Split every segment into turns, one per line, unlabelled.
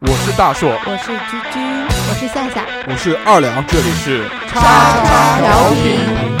我是大硕，
我是居居，
我是夏夏，
我是二两，这里是
叉叉调频。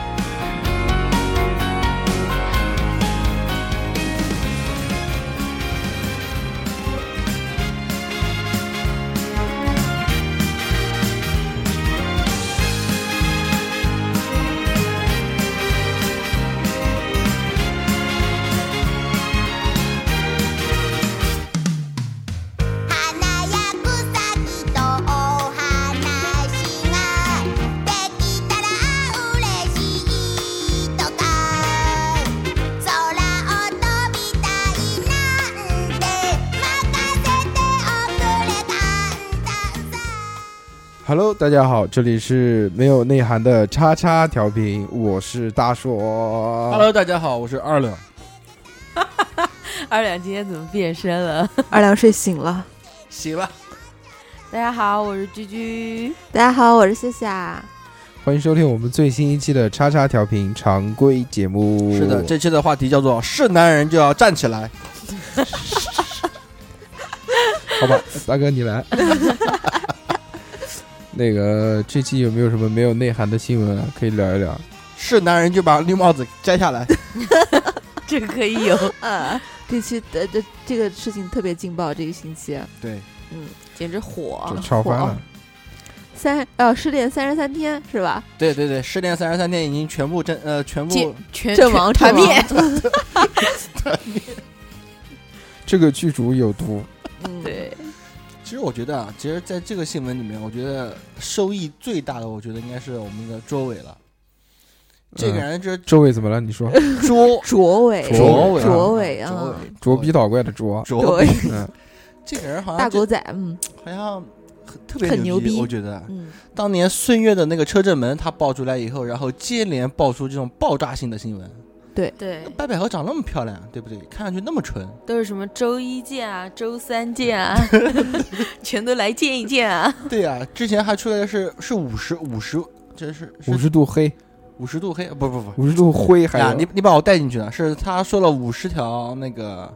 「花や草木とお話ができたら嬉しいとか」「空を飛びたいなんて任せておくれ簡単さ」
Hello，大家好，这里是没有内涵的叉叉调频，我是大硕。
Hello，大家好，我是二两。
二两今天怎么变身了？
二两睡醒了。
行了，
大家好，我是居居。
大家好，我是夏夏。
欢迎收听我们最新一期的叉叉调频常规节目。
是的，这期的话题叫做“是男人就要站起来
好吧，大哥你来。 那个这期有没有什么没有内涵的新闻啊？可以聊一聊。”，
是男人就把绿帽子摘 下来。
这个可以有，
呃，这期呃这这个事情特别劲爆，这个星期
对，
简直火
就！吵翻
啊
了，
三呃失恋三十三天是吧？
对对对，失恋三十三天已经全部真呃全
解
部
全
阵亡
全
阵亡
灭。
这个剧组有毒。
嗯，
对，
其实我觉得啊，其实在这个新闻里面，我觉得收益最大的，我觉得应该是我们的卓伟了。这个
嗯
人这
周伟怎么了？ 你说
卓
卓伟，
卓伟
卓伟啊，
卓伟，
捉逼倒怪的 捉。
卓
对，
嗯，
这个人好 像
大
就
狗仔，嗯
好像很特别
很牛逼
我觉得
嗯，
当年孙悦的那个车震门，他爆出来以后，然后接连爆出这种爆炸性的新闻。
对，
白百合长那么漂亮，对不对？看上去那么纯，
都是什么周一见啊，周三见 啊，全都来见一见啊。
对呀、之前还出来的是是五十五十，这是
五十度黑，
五十度黑，不不不。
五十度灰，还
呀，
有
你你把我带进去了，是他说了五十条那个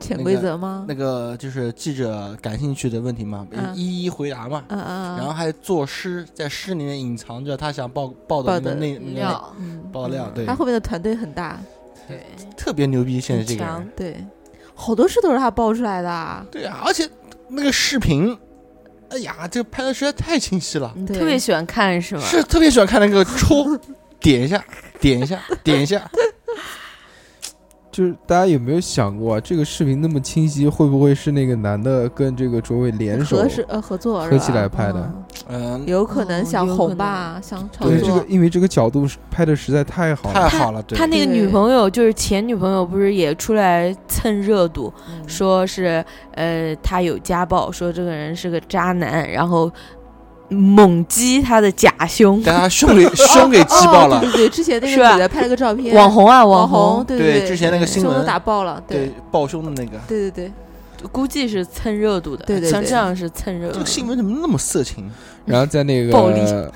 潜规则吗？
那个就是记者感兴趣的问题嘛，
嗯
一一回答嘛，
嗯嗯，
然后还作诗，在诗里面隐藏着他想爆爆
爆
的那个
的
内
饮
内
料，
嗯，
爆料，对
他，后面的团队很大，
对，
特别牛逼，现在
很
这个
强
人，。
对，好多事都是他爆出来的啊，
对啊，而且那个视频，哎呀，这拍的实在太清晰了。
你
对
嗯特别喜欢看是吗？
是特别喜欢看那个戳， 点一下，点一下，点一下。
就是大家有没有想过、啊，这个视频那么清晰，会不会是那个男的跟这个卓伟联手
合？是呃合作是
合
吧
起来拍的
嗯
嗯，
有可能
哦
想
有可
红吧，想炒
对，这
作
个。因为这个角度是拍的实在太好
太
了。
好了，对
他，那个
对
女朋友就是前女朋友，不是也出来蹭热度，
嗯
说是呃他有家暴，说这个人是个渣男，然后猛击他的假胸。
但他胸给胸给击爆
哦
了
对，对对，之前那个
是吧
女的拍了个照片，
网红啊，
网
红，
对对，
之前那个新
胸都
闻，
打爆了，
对
对
抱胸的那个，
对对对，
估计是蹭热度的。
对对
像
对
这样是蹭热
这
度
个。新闻怎么那么色情？
然后在那
暴力
个，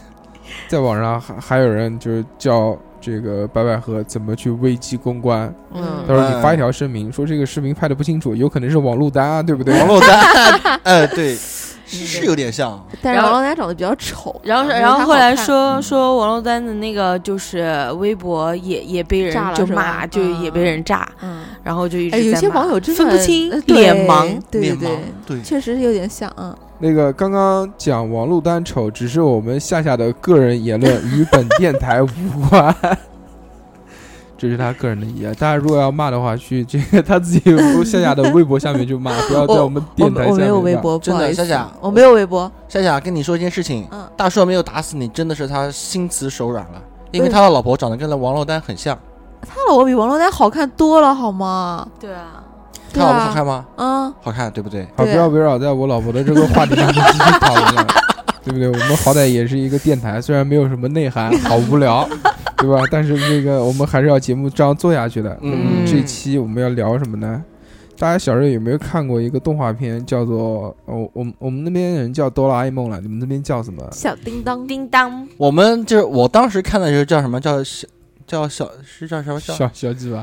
在网上还还有人就是教这个白百合怎么去危机公关。
嗯
他说你发一条声明，说这个视频拍的不清楚，有可能是网路单啊，对不对？
王珞丹，呃，对，是是有点像，啊
但是
然后
王珞丹长得比较丑，
然后，
没
然
她
后
好
后来
看
说
嗯
说王珞丹的那个就是微博也也被人
炸了
就是
吧
骂，就
嗯
也被人炸，
嗯，
然后就一直
哎，有
在
些
骂
网友真的
分不清
呃对
脸盲，
对
脸
对
盲
对，，
对，
确实是有点像啊。
那个刚刚讲网路单丑，只是我们夏夏的个人言论，与本电台无关。 这是他个人的意见，大家如果要骂的话，去这个他自己夏夏的微博下面就骂，不要在
我
我们
我
电台
们
下面骂。
我没有微博，不
真
好
的，
意思
夏，夏，
我没有微博，
夏夏跟你说一件事情，
嗯，
大硕没有打死你，真的是他心慈手软了，因为
对
他的老婆长得跟王珞丹很像，
他老婆比王珞丹好看多了，好吗？
对啊，
他
对
老婆好
啊，
看吗？
嗯，
好看，对不对？
好，不
对
要围绕在我老婆的这个话题上面继续讨论了。对不对？我们好歹也是一个电台，虽然没有什么内涵，好无聊，对吧？但是这个我们还是要节目这样做下去的。
嗯
这期我们要聊什么呢？大家小时候有没有看过一个动画片，叫做哦，我们我们那边人叫哆啦 A 梦了，你们那边叫什么？
小叮当，
叮当，
我们就是我当时看的时候叫什么叫小叫小是叫什么叫
小小鸡吧，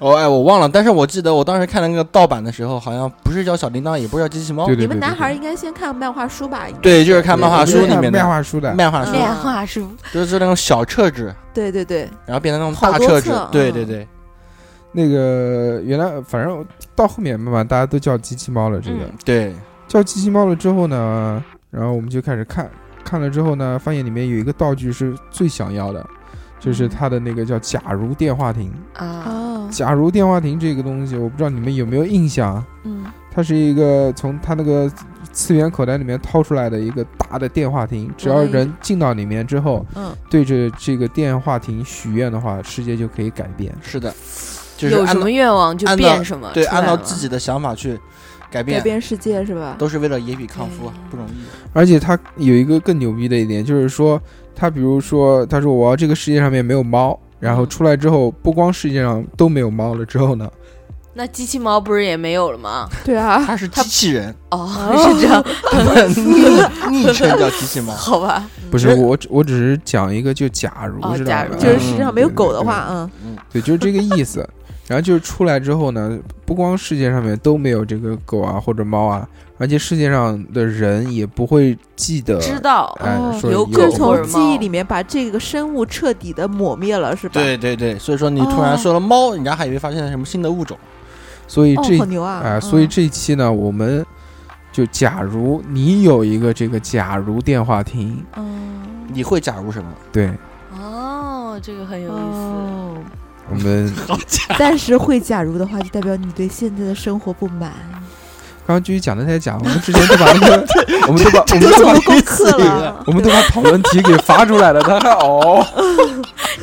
哦哎我忘了，但是我记得我当时看那个盗版的时候，好像不是叫小叮当，也不是叫机器猫
对，
你
对对
们
对
男
对
孩应该先看漫画书吧？应该
对就是哦看漫画书
对
里面的
漫画书的，
漫画书
嗯
漫画书，
就是那种小册子，
对对对，
然后变成那种
好
大
多
册子
册，
对
嗯
对对，
那个原来反正到后面慢慢大家都叫机器猫了，这个、
嗯
对，
叫机器猫了之后呢，然后我们就开始看，看了之后呢，发现里面有一个道具是最想要的，就是它的那个叫假如电话亭。
啊，
嗯
哦，
假如电话亭这个东西，我不知道你们有没有印象啊，
嗯，
它是一个从它那个次元口袋里面掏出来的一个大的电话亭，只要
哎
人进到里面之后，
嗯，
对着这个电话亭许愿的话，世界就可以改变。
是的，就是
有
按
什
照
么愿望就
按照
变什么，
对
出来
按照
了
自己的想法去
改
改变，
变世界是吧？
都是为了野比康夫，啊不容易。
而且它有一个更牛逼的一点，就是说，他比如说，他说我要这个世界上面没有猫，然后出来之后，不光世界上都没有猫了之后呢，
那机器猫不是也没有了吗？
对啊，
他是机器 人，
哦，是这样，
昵称叫机器猫。
好吧，
不
其
是
实
我只，我只是讲一个就假如，
哦
知道
假
吧
如
就是世界上没有
嗯
狗的
对
话，嗯，
对，就是这个意 思。然后就是出来之后呢，不光世界上面都没有这个狗啊或者猫啊，而且世界上的人也不会记
呃
得，
知道，
哎，
哦
说
有
就是
狗或
从
者
记忆里面把这个生物彻底的抹灭了，是吧？
对对对，所以说你突然说了猫，人家还以为发现了什么新的物种。
所以
哦
这，
好牛啊！
哎，
嗯
所以这一期呢，我们就假如你有一个这个假如电话亭，
嗯，
你会假如什么？
对
哦，这个很有意思，
哦，
我们
但是会假如的话，就代表你对现在的生活不满。
刚刚继续讲的太假，我们之前都把那个， 我们都把我们
做
都把
过功课了，
我们都把讨论题给发出来了，他还哦，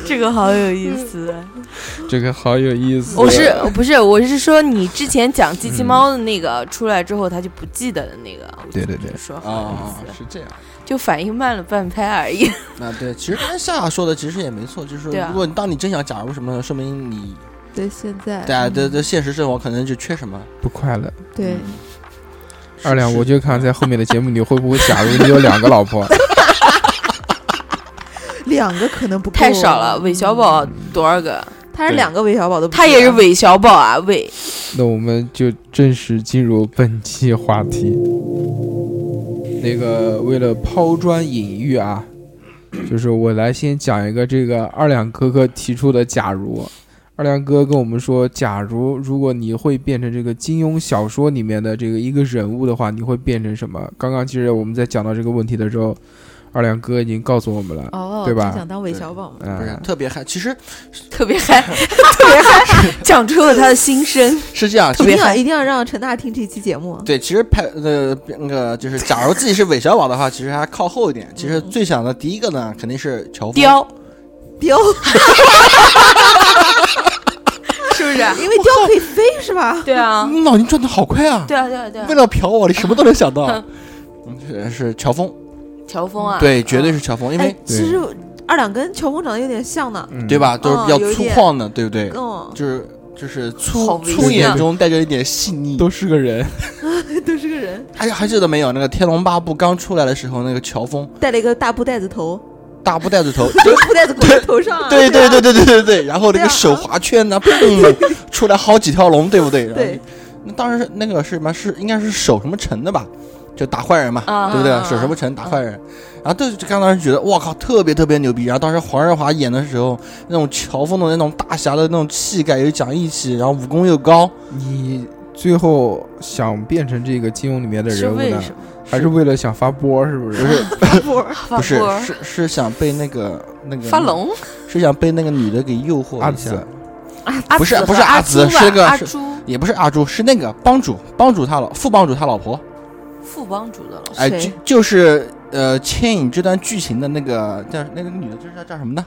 这个好有意思。
嗯
这个好有意思。
我是不是我是说你之前讲机器猫的那
嗯
个出来之后，他就不记得的那个，我
对
就
对对
就说好有
啊
意，思，
是这样。
就反应慢了半拍而已。
那对，其实刚才夏夏说的其实也没错，就是
对啊
如果你当你真想假如什么，说明你
对现在，
啊
嗯
在的的现实生活可能就缺什么。
不快乐。
对，
嗯
是
二两，
是
我就看在后面的节目你会不会，假如你有两个老婆，
两个可能不够
太少了，
嗯
韦小，宝多少个？
他是
对
两个韦小宝都不止啊，
他也是韦小宝啊，韦。
那我们就正式进入本期话题。那个为了抛砖引玉啊，就是我来先讲一个这个二两哥哥提出的假如。二两哥跟我们说，假如如果你会变成这个金庸小说里面的这个一个人物的话，你会变成什么？刚刚其实我们在讲到这个问题的时候，二两哥已经告诉我们了。
哦，
对吧
就想当韦小宝嘛，
嗯
不是特别嗨。其实
特别 嗨，特别嗨，讲出了他的心声。
是这样，
特
一
别
定要
嗨
一定要让陈大听这期节目。
对，其实拍呃那个就是，假如自己是韦小宝的话，其实还靠后一点。其实最想的第一个呢，肯定是樵夫。
雕
雕，
是不是？
因为雕可以飞是吧？
对啊，
你脑筋嗯转的好快啊！
对啊，对啊，对啊
为。了嫖我，你什么都能想到。嗯是是乔峰，
乔峰啊，
对，绝对
嗯
是乔峰，因
哎
为，
对
其实二两跟乔峰长得有点像呢。
嗯
对？吧，都是比较
哦有一
粗
点
犷的，对不对？
嗯，
就是就是
好
粗
猥
粗眼
亵
中带着一点细腻。
都是个人，
都是个人，
还还记得没有？那个《天龙八部》刚出来的时候，那个乔峰
戴了一个大布袋子头，
大布袋子头，
布袋子裹在头上啊。
对对
吧
对对对对对，然后那
对
个
啊
手划圈呢，砰，出来好几条龙，对不对？然后
对，
那当时是那个是什么？是应该是手什么城的吧？就打坏人嘛，
啊
对不对
啊？
手什么城打坏人，然后就就刚当时觉得哇靠，特别特别牛逼。然后当时黄日华演的时候，那种乔峰的那种大侠的那种气概，又讲义气，然后武功又高，
你最后想变成这个金庸里面的
是
人物
为
呢，
什么？
还是为了想发波？是不是？
不是
发
不是
波
是是想被那个那个
发，龙
是想被那个女的给诱惑
阿
一下
紫，
阿
不是
紫
不
和
是阿
朱
紫
吧
是个
阿
是
朱
也不是阿朱，是那个帮主帮主他老副帮主他老婆，
副帮主的老师
哎，
谁
就就是呃，牵引这段剧情的那个叫那个女的，就是叫叫什么呢？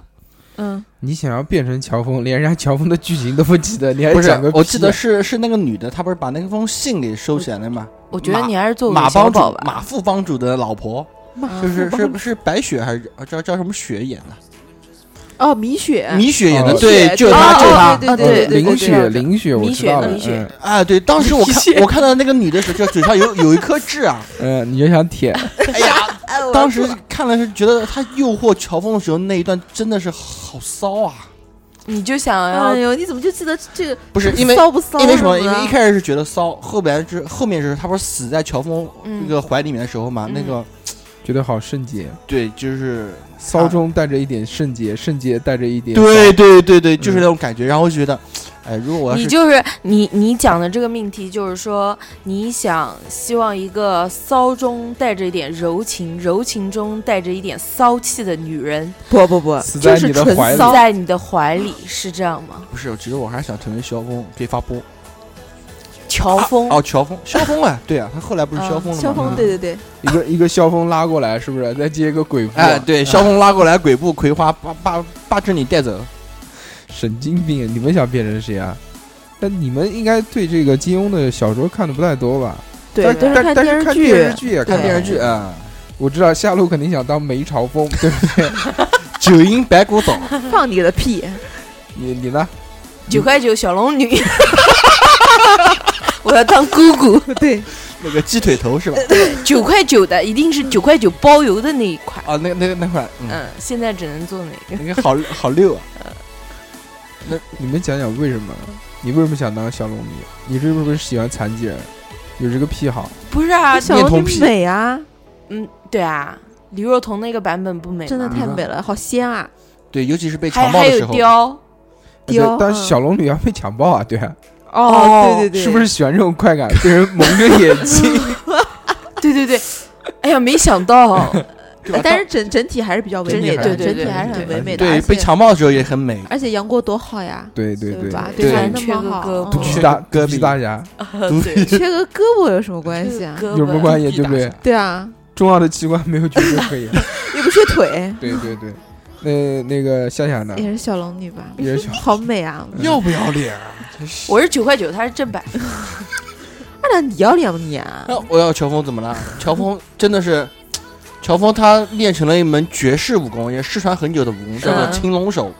嗯，
你想要变成乔峰，连人家乔峰的剧情都不记得，你还
不是
讲个，
我记
屁
得
啊
是是那个女的，她不是把那封信给收起来了吗？
我觉得
马
你还是做
马
韦小
帮主
宝，吧。
马副帮主的老婆，
马
就是
副帮
是是白雪还是啊叫叫什么雪演的？
哦，米雪，
米雪演的，
哦
对，
雪
就是她，
哦
就是她。
对对
呃
对对对
林
对
雪，
对
林雪，我
林
知
雪
道
林
了。
雪
嗯
啊，对，当时我看我看到那个女的时候，就嘴上有有一颗痣啊，
嗯，你就想舔，
哎呀，
哎 我
当时看了是觉得她诱惑乔峰的时候那一段真的是好骚啊！
你就想
哎
要
呦，你怎么就记得这个？
不是因为
骚不骚？
因为什么？因为一开始是觉得骚，后边是后面是她不是死在乔峰那
嗯
个怀里面的时候嘛，
嗯
那个
觉得好圣洁，
对，就是
骚中带着一点圣洁，圣洁带着一点
啊对对对对，就是
嗯
那种感觉，然后就觉得，哎，如果我要
你
是
就是你你讲的这个命题，就是说你想希望一个骚中带着一点柔情，柔情中带着一点骚气的女人
不不不
骚，死在
就是
你的
纯
怀里
骚。
在你的怀里，是这样吗？
不是，其实我还是想成为萧峰，可以发波。
乔峰，
哦，乔峰，萧峰啊，对啊，他后来不是
啊
萧峰了吗？
萧峰，
嗯
对对对，
一个一个萧峰拉过来，是不是？再接一个鬼父，
哎，对，萧峰拉过来鬼步葵花，把把把这你带走。
神经病！你们想变成谁啊？但你们应该对这个金庸的小说看的不太多吧？
对，
但
都
但
看
但是
视
看
剧，
电视剧也
对
看
看电视剧。啊，
我知道夏洛肯定想当梅超风，对不对？
九阴白骨爪，
放你的屁！
你你呢？
九块九小龙女， 我要当姑姑。
对，
那个鸡腿头是吧？
九块九的一定是九块九包邮的那一款，
啊，那那那块，嗯，
嗯，现在只能做那个。
那个好好溜啊。
你们讲讲为什么？你为什么想当小龙女？你是不是喜欢残疾人？有这个癖好？
不是啊，
小
面
龙
通
女
屁
美啊，
嗯，对啊，李若彤那个版本不美吗，
真的太
嗯
美了，好仙啊！
对，尤其是被
还
强暴
还
的
有
时候，
雕，
雕
呃对但是
嗯
小龙女要被强暴啊，对啊，
哦
对对对，嗯
是不是喜欢这种快感？被人蒙着眼睛，
对对对，哎呀，没想 到，
对吧？
但是整整体还是比较唯
整体
美
还
的，
是
对
整
对
体还是
对
很唯美的。
对
而
被
且
强暴的时候也很美。
而且杨过多好呀，
对对对，
吧？
对
对吧，
对
那么
缺个
好，
胳膊
独
嗯
臂
缺
大
胳
独
膊
臂大侠
对，
缺个胳膊有什么关系啊？
有什么关系？对不对？
对啊，
重要的器官没有绝对可以。啊
又不缺腿，
对对对，那那个夏夏呢？
也是小龙女吧？
也是小
好美啊！
要不要脸啊？真是。
我是九块九，他是正 版，
二两你要脸不你啊？
那我要乔峰怎么 了？乔峰真的是，乔峰他练成了一门绝世武功，也失传很久的武功，叫做
嗯
青龙手，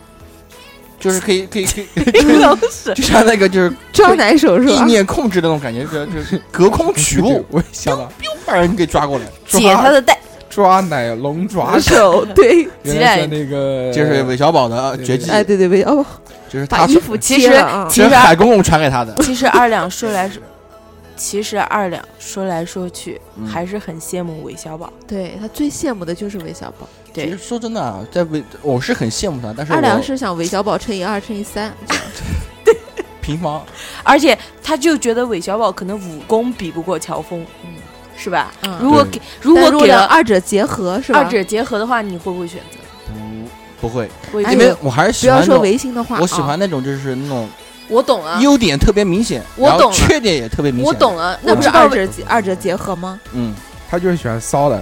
就是可以可以可 以，
都是
就像那个就是
招奶手 是
意
吧？
念控制的那种感觉，就是就是隔空取
对
物，
我也想到
把人给抓过来。
解他
抓
的带，
抓奶龙爪
手
手，
对，
原来在那个
就是韦小宝的呃
对
绝技，
哎对对对，哦，
就是
把
他
衣服
其
切
实
了啊！
其
这
实
是海公公传给他的。
其实二两说来说， 其实二两说来说去
嗯
还是很羡慕韦小宝，
对他最羡慕的就是韦小宝，
其实
对，
说真的啊，在韦我是很羡慕他，但是
二两
我
是想韦小宝乘以二乘以三，
平房
而且他就觉得韦小宝可能武功比不过乔峰，嗯，是吧？
嗯
如果
对
给啊如果
但如
给
两
了
二者结合是吧？
二者结合的话，你会不会选择？
不不会，
我
哎
因
呦
为我还是
不
喜
要
欢那
说
种，
违心的话，
我喜
啊
欢那种就是那种
我懂了，
优点特别明显，
啊我
然后
懂了
缺点也特别明显。
我懂，了，
那
我
不
知
是
道
二
为，
者结二者结合吗？
嗯，
他就是喜欢骚的，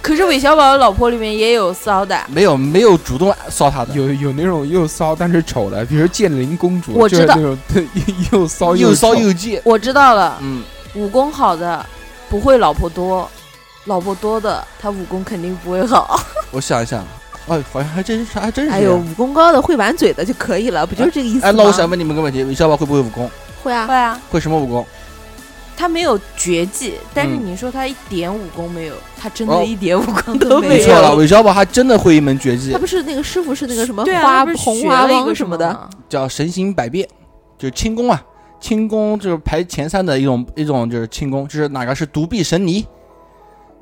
可是韦小宝的老婆里面也有骚的，
没有没有主动骚他的，
有有那种又骚但是丑的，比如剑灵公主，
我
就是
知道
那种又骚
又骚
丑
又贱，
我知道了，
嗯，
武功好的不会老婆多，老婆多的他武功肯定不会 好。
我想一想，哎，好像还真是还真是。
哎呦，，武功高的会玩嘴的就可以了，不就是这个意思吗？
哎，那我想问你们个问题，韦小宝会不会武功？
会啊，
会啊，
会什么武功？
他没有绝技，但是
嗯
你说他一点武功没有，他真
哦
的一点武功都
没
没
你错了，
有。
韦小宝还真的会一门绝技
他，不是那个师傅是那个什么
对
花
啊，他不是
红
学
花
了一
帮
个
什
么
么的，
吗，
叫神行百变，就是轻功啊。轻功就是排前三的一种一种就是轻功，就是哪个是独臂神尼，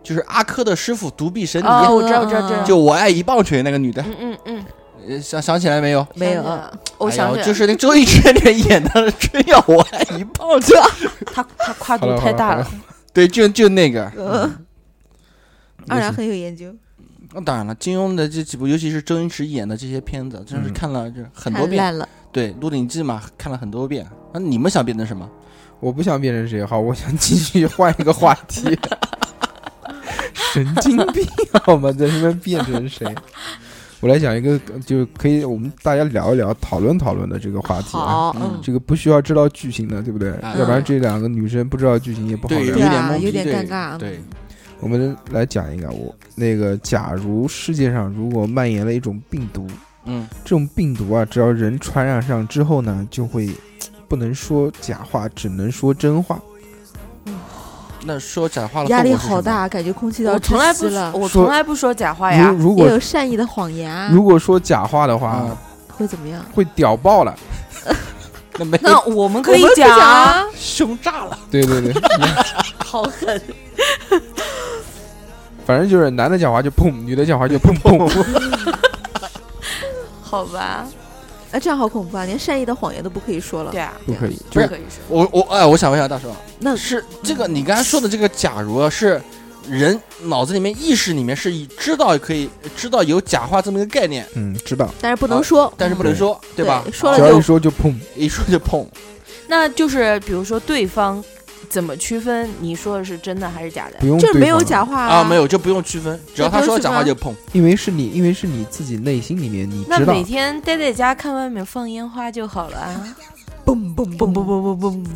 就是阿珂的师傅独臂神尼，
哦，我知道，我知道，知道。
就我爱一棒槌那个女的，
嗯嗯嗯，
呃想想起来没有？
没有
想起来了，我
哎呦
想起来了，
就是那周星驰那演的《真要我爱你
哦
抱着》，
他他跨
好
度
了
太大
好了
了
好。
对，就就那个。
嗯，二两很有研究，
那哦当然了，金庸的这几部，尤其是周星驰演的这些片子，真是
嗯
看了就很
太
多遍。
烂了，
对，《鹿鼎记》嘛，看了很多遍。那你们想变成什么？
我不想变成谁，好，我想继续换一个话题。神经病，好吗？在那边变成谁？我来讲一个，就可以我们大家聊一聊、讨论讨论的这个话题啊。
好，
嗯
嗯，
这个不需要知道剧情的，对不对？
啊
要不然这两个女生不知道剧情也不好
对，有
对
聊。
啊
点懵逼，
有点
对
尴尬
对，
我们来讲一个，我那个，假如世界上如果蔓延了一种病毒，
嗯，
这种病毒啊，只要人传染上之后呢，就会不能说假话，只能说真话。
那说假话了，
压力好。大，感觉空气都要
我从来
窒
不
息了。
我
说
从来不说假话哎呀
如。如
也
果
有善意的谎言啊，
如果说假话的话，
啊，
会怎么样？
会屌爆了。
那没
那我们可以
我们不
讲
讲
啊，
啊，
凶炸了，
对对对，
好狠，
反正就是男的讲话就砰，女的讲话就砰砰。
好吧？
哎，这样好恐怖啊！连善意的谎言都不可以说了
对。啊，
不可以，
不
就
可以说。
我我哎，我想问一下大叔，
那
是这个你刚才说的这个，假如啊是人脑子里面意识里面是以知道可以知道有假话这么一个概念，
嗯，知道，
但是不能说，
但是不能
对
说，对吧？啊
说了
只要
就
一说就砰。
一说就碰，
那就是比如说对方怎么区分你说的是真的还是假的
不？用
这
对
嗯没有
方
假话
啊，没，有就不用区分，只要他说假话
啊
就碰。
因为是你，因为是你自己内心里面你
那
知道
每，天待在家看外面放烟花就好了啊！
嘣嘣
嘣嘣
嘣嘣嘣，
嘣嘣嘣，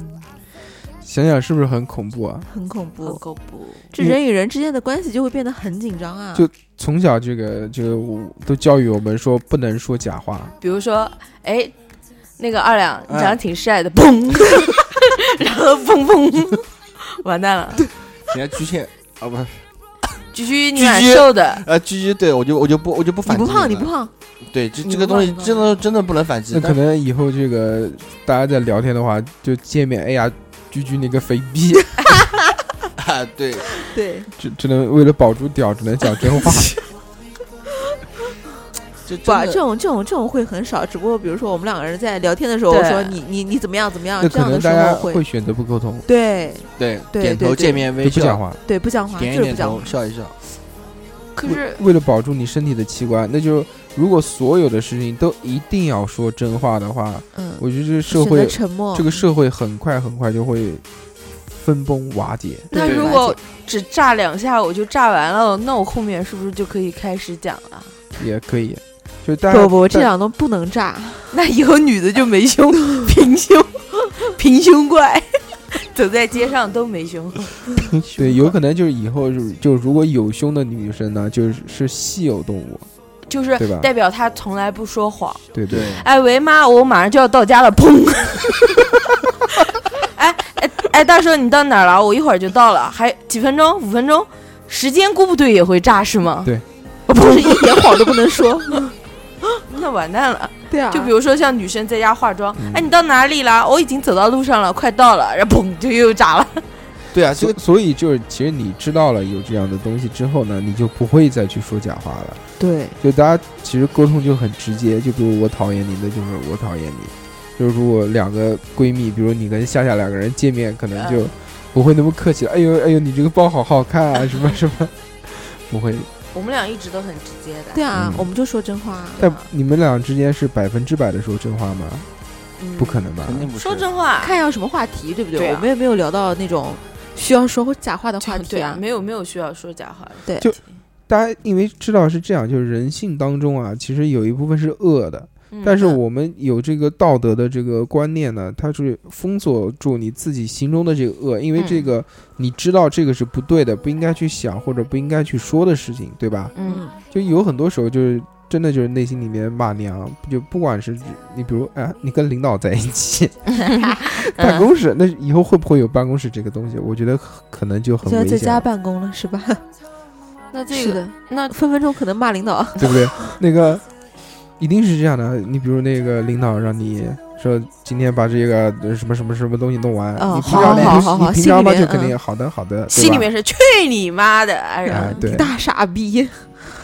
想想是不是很恐怖啊？
很恐
不
怖。
够不。
这人与人之间的关系就会变得很紧张啊。
就从小这个这个我都教育我们说不能说假话，
比如说，哎，那个二两，你
哎
长得挺帅的，砰， 然后砰砰，完蛋了，
人家巨蟹啊，不是，
居居你
居
蛮
居
瘦的，
呃，巨蟹对我就我就不我就不
你
反击
不胖，你
了
不 胖，
对这
你
这个
不胖
东西
你不
真的真的不能反击
那，可
但
能以后这个大家在聊天的话，就见面，哎呀，居居那个肥逼，
啊对，
对，
只只能为了保住屌，只能讲真 话。
啊
这
不啊，
真
这
的
种这种这种会很少。只不过比如说我们两个人在聊天的时候，我
对
说你你你怎么样怎么样
那，
这
可
样的
能
时
大家
候会
会选择不沟通，
对
对
对
点
对
头
对
见面微
就不讲
笑，
话。
对不讲话，就
点一
是不
点
讲
头
话。
笑一笑，
可
为
是
为了保住你身体的器官，那就如果所有的事情都一定要说真话的话，
嗯，
我觉得这个社
选择
会，
沉默
这。个社会很快很快就会分崩瓦解。
那
对
如果只炸两下我就炸完了，那我后面是不是就可以开始讲了？
也可以，就大家
不不，
大
这两都不能炸。
那以后女的就没胸， 平胸，平胸怪， 走在街上都没胸。
对，有可能就是以后就是就如果有胸的女生呢，就是是稀有动物，
就是
对吧
代表他从来不说谎。
对不
对，
哎喂妈，我马上就要到家了，砰！ 哎哎哎，大叔你到哪儿了？我一会儿就到了，还几分钟？五分钟？时间估不对也会炸是吗？
对
哦，不
就是
是，
一点谎 都不能说。
那完蛋了。
对啊，
就比如说像女生在家化妆，
嗯
哎，你到哪里啦？我已经走到路上了，快到了，然后砰就又炸了。
对啊，这
所
个
所以就是，其实你知道了有这样的东西之后呢，你就不会再去说假话了。
对
就大家其实沟通就很直接，就比如我讨厌你，那就是我讨厌你。就是如果两个闺蜜，比如你跟夏夏两个人见面，可能就不会那么客气了。哎呦哎呦，你这个包好好看 啊，什么什么，不会。
我们俩一直都很直接的，
对啊
嗯，
我们就说真话。
但你们俩之间是百分之百的说真话吗？
嗯
不可能吧？
肯定不是
说真话。
看要什么话题，对不
对
对？
啊
我们也没有聊到那种需要说假话的话题
对啊
啊，。
没有没有需要说假话的。
对
就大家因为知道是这样，就是人性当中啊，其实有一部分是恶的，
嗯
但是我们有这个道德的这个观念呢，它是封锁住你自己心中的这个恶，因为这个你知道这个是不对的，不应该去想或者不应该去说的事情，对吧？
嗯，
嗯，
就有很多时候就是真的就是内心里面骂娘，就不管是你比如哎，你跟领导在一起，办公室那以后会不会有办公室这个东西？我觉得可能就很
现在在
危
家
险，
办公了是 吧？
那这
是
个
的，
那
分分钟可能骂领 导。
对不对？那个一定是这样的。你比如那个领导让你说今天把这个呃什么什么什么东西弄完，
哦
你平
好
常
好好
嘛，
好
你平常嘛
心里
就
面嗯
肯定好的好的，对吧
心里面是去你妈的，哎呀，
哎对
你大傻逼。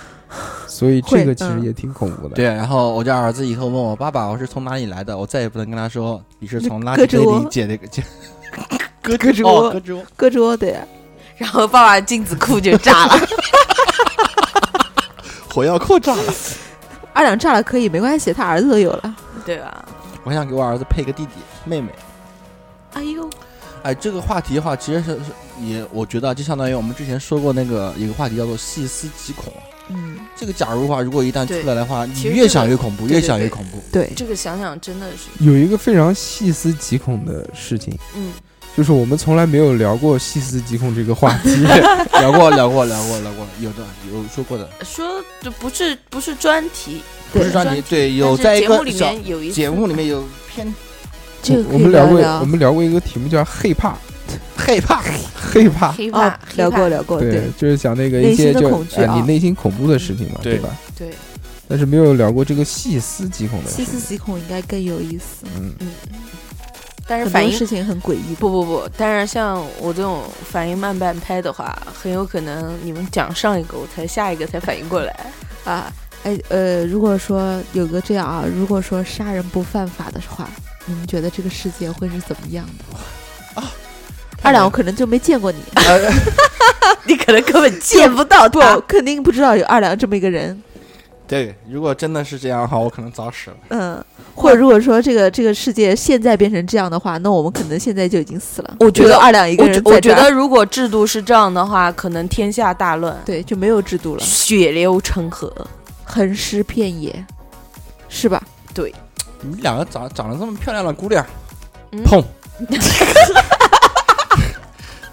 所以这个
会
其实
嗯
也挺恐怖的。
对，然后我家儿子以后问我爸爸我是从哪里来的，我再也不能跟他说你是从垃
胳
圾
肢
堆里
窝
捡那个 捡。
胳
胳
肢
哦
窝
胳肢窝，
胳肢窝对，
然后爸爸镜子库就炸了。
火药扩炸了。
二两炸了可以没关系，他儿子都有了。
对吧？
我想给我儿子配个弟弟妹妹。
哎呦，
哎，这个话题的话，其实是是也，我觉得啊就相当于我们之前说过那个有个话题叫做细思极恐。
嗯，
这个假如话，如果一旦出
对
来的话，你
其实
越
这
想
个
越恐怖，
对
越
对
想越
对
恐怖。
对，
这个想想真的是，
有一个非常细思极恐的事情，
嗯，
就是我们从来没有聊过细思极恐这个话题。
聊过，聊过，聊过，聊过，有的有说过的，
说这不是不是专题，
不是
对
专题，
专
对，
但
有
是
在一
节目
个
里
小
面有一
节
次
目里面有偏
这个
我
可以
们
聊
过
一聊
我们聊过一个题目叫害怕，
害怕，
害 怕。
黑怕
啊，聊过
了，
聊过，
对
对，，
就是讲那个
内
一些
心的
就
恐惧
哎
啊
你内心恐怖的事情嘛，
对
对吧？
对，
但是没有聊过这个细思极恐的事
细思
情。
极恐应该更有意思，
嗯，
但是
很
反
多
应
事情很诡异，
不不不，但是像我这种反应慢半拍的话，很有可能你们讲上一个，我才下一个才反应过 来。
啊，哎呃，如果说有个这样啊，如果说杀人不犯法的话，你们觉得这个世界会是怎么样的？
啊
二两，我可能就没见过你，
你可能根本见不到
不，
他。
肯定不知道有二两这么一个人。
对，如果真的是这样的话，我可能早死了。
嗯，或者如果说这个这个世界现在变成这样的话，那我们可能现在就已经死了。
我觉
只
得
有二两一个
我觉
人在
我觉
这儿
得，如果制度是这样的话，可能天下大乱，
对，就没有制度了，
血流成河。
横尸遍野，是吧？
你们两个长长得这么漂亮的姑娘，
嗯
碰，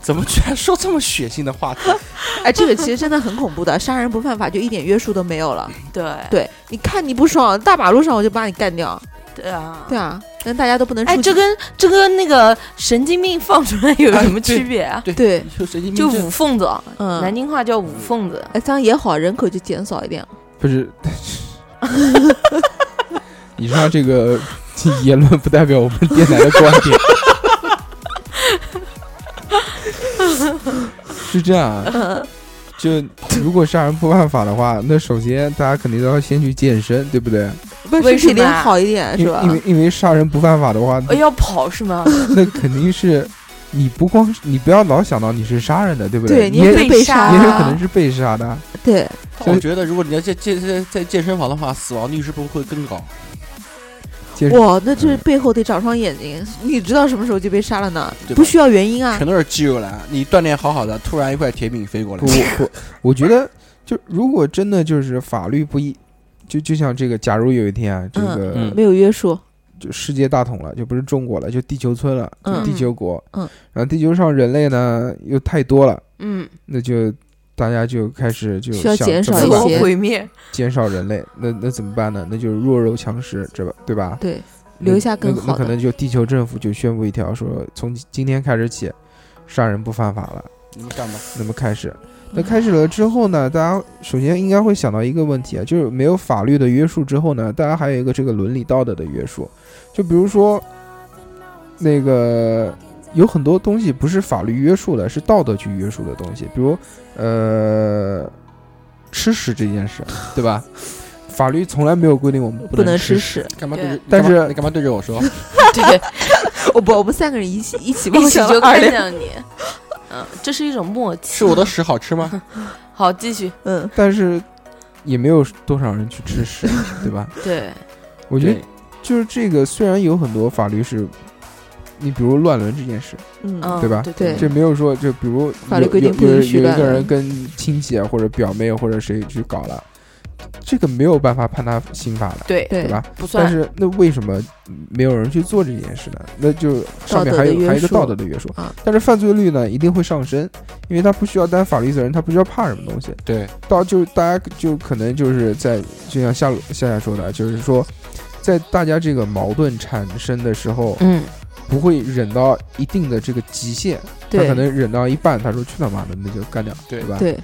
怎么居然说这么血腥的话题？
哎，这个其实真的很恐怖的，杀人不犯法就一点约束都没有了。
对
对，你看你不爽，大马路上我就把你干掉。
对啊，
对啊，但大家都不能出
哎，
去。
这跟这跟那个神经病放出来有
哎
什么
对
区别 啊？
对
对，
就神经
就
病症
五凤子啊，
嗯
南京话叫五凤子。
哎，这样也好，人口就减少一点。
不是。 以上这个 言论不代表我们电台的观点。 是这样啊，
嗯，
就如果杀人不犯法的话，那首先大家肯定都要先去健身，对不对？
不是
为
身
什
体
么
点
啊
好一点
因
是
为
吧？
因为因为杀人不犯法的话，
哎，要跑是吗？
那肯定是你不光是你不要老想到你是杀人的，对不
对，
你
也
也
会
被
被
杀
杀，
也有可能是被杀的。
对，
但我觉得，如果你要健健在在健身房的话，死亡率是不是会更高？
健身
哇，那这背后得长双眼睛，你知道什么时候就被杀了呢？
对吧
不需要原因啊
全，都是肌肉男，你锻炼好好的，突然一块铁饼飞过来
不， 不，我觉得就如果真的就是法律不一，就就像这个，假如有一天啊，这个、
嗯
没有约束。
就世界大同了，就不是中国了，就地球村了，就
嗯
地球国，
嗯，
然后地球上人类呢又太多了，
嗯，
那就大家就开始就
需要
想
减
怎
少
么
自
一
办
我
些
毁灭。
减少人类，那那怎么办呢？那就是弱肉强食，这吧，对吧？
对，
那
留下更
那
好
那可
的
能就地球政府就宣布一条说，从今天开始起，杀人不犯法了。
你们干吧。
那么开始，那开始了之后呢，大家首先应该会想到一个问题啊，就是没有法律的约束之后呢，大家还有一个这个伦理道德的约束。就比如说，那个有很多东西不是法律约束的，是道德去约束的东西，比如呃，吃屎这件事，对吧？法律从来没有规定我们
不能
吃
吃
屎。
屎。
干嘛对着
对？
但是
你干嘛对着 我说？
对，
哦不，我们三个人一起一 起
一
梦
起
想
就
二
看
两。
向你。嗯，这是一种默契。
是我的屎好吃 吗？
好，继续。
嗯，
但是也没有多少人去吃屎，对吧？
对，
我觉得就是这个，虽然有很多法律是，你比如乱伦这件事，
嗯
嗯，
对吧
对
对
这没有说就比如
法律
有
规定
有
不
有
允许
有一
乱
个
伦
人跟亲戚啊或者表妹或者谁去搞了，这个没有办法判他刑法的，
对，
对
对
吧？
不算。
但是那为什么没有人去做这件事呢？那就上
道德
面
的
还有
约束
还有一个道德的约束
啊，
但是犯罪率呢一定会上升，因为他不需要担法律责任，他不需要怕什么东西。
对，
到就大家就可能就是在就像夏夏夏说的，啊就是说，在大家这个矛盾产生的时候，
嗯，
不会忍到一定的这个极限，他
对
可能忍到一半，他说去他妈的，那就干掉，
对
吧？
对，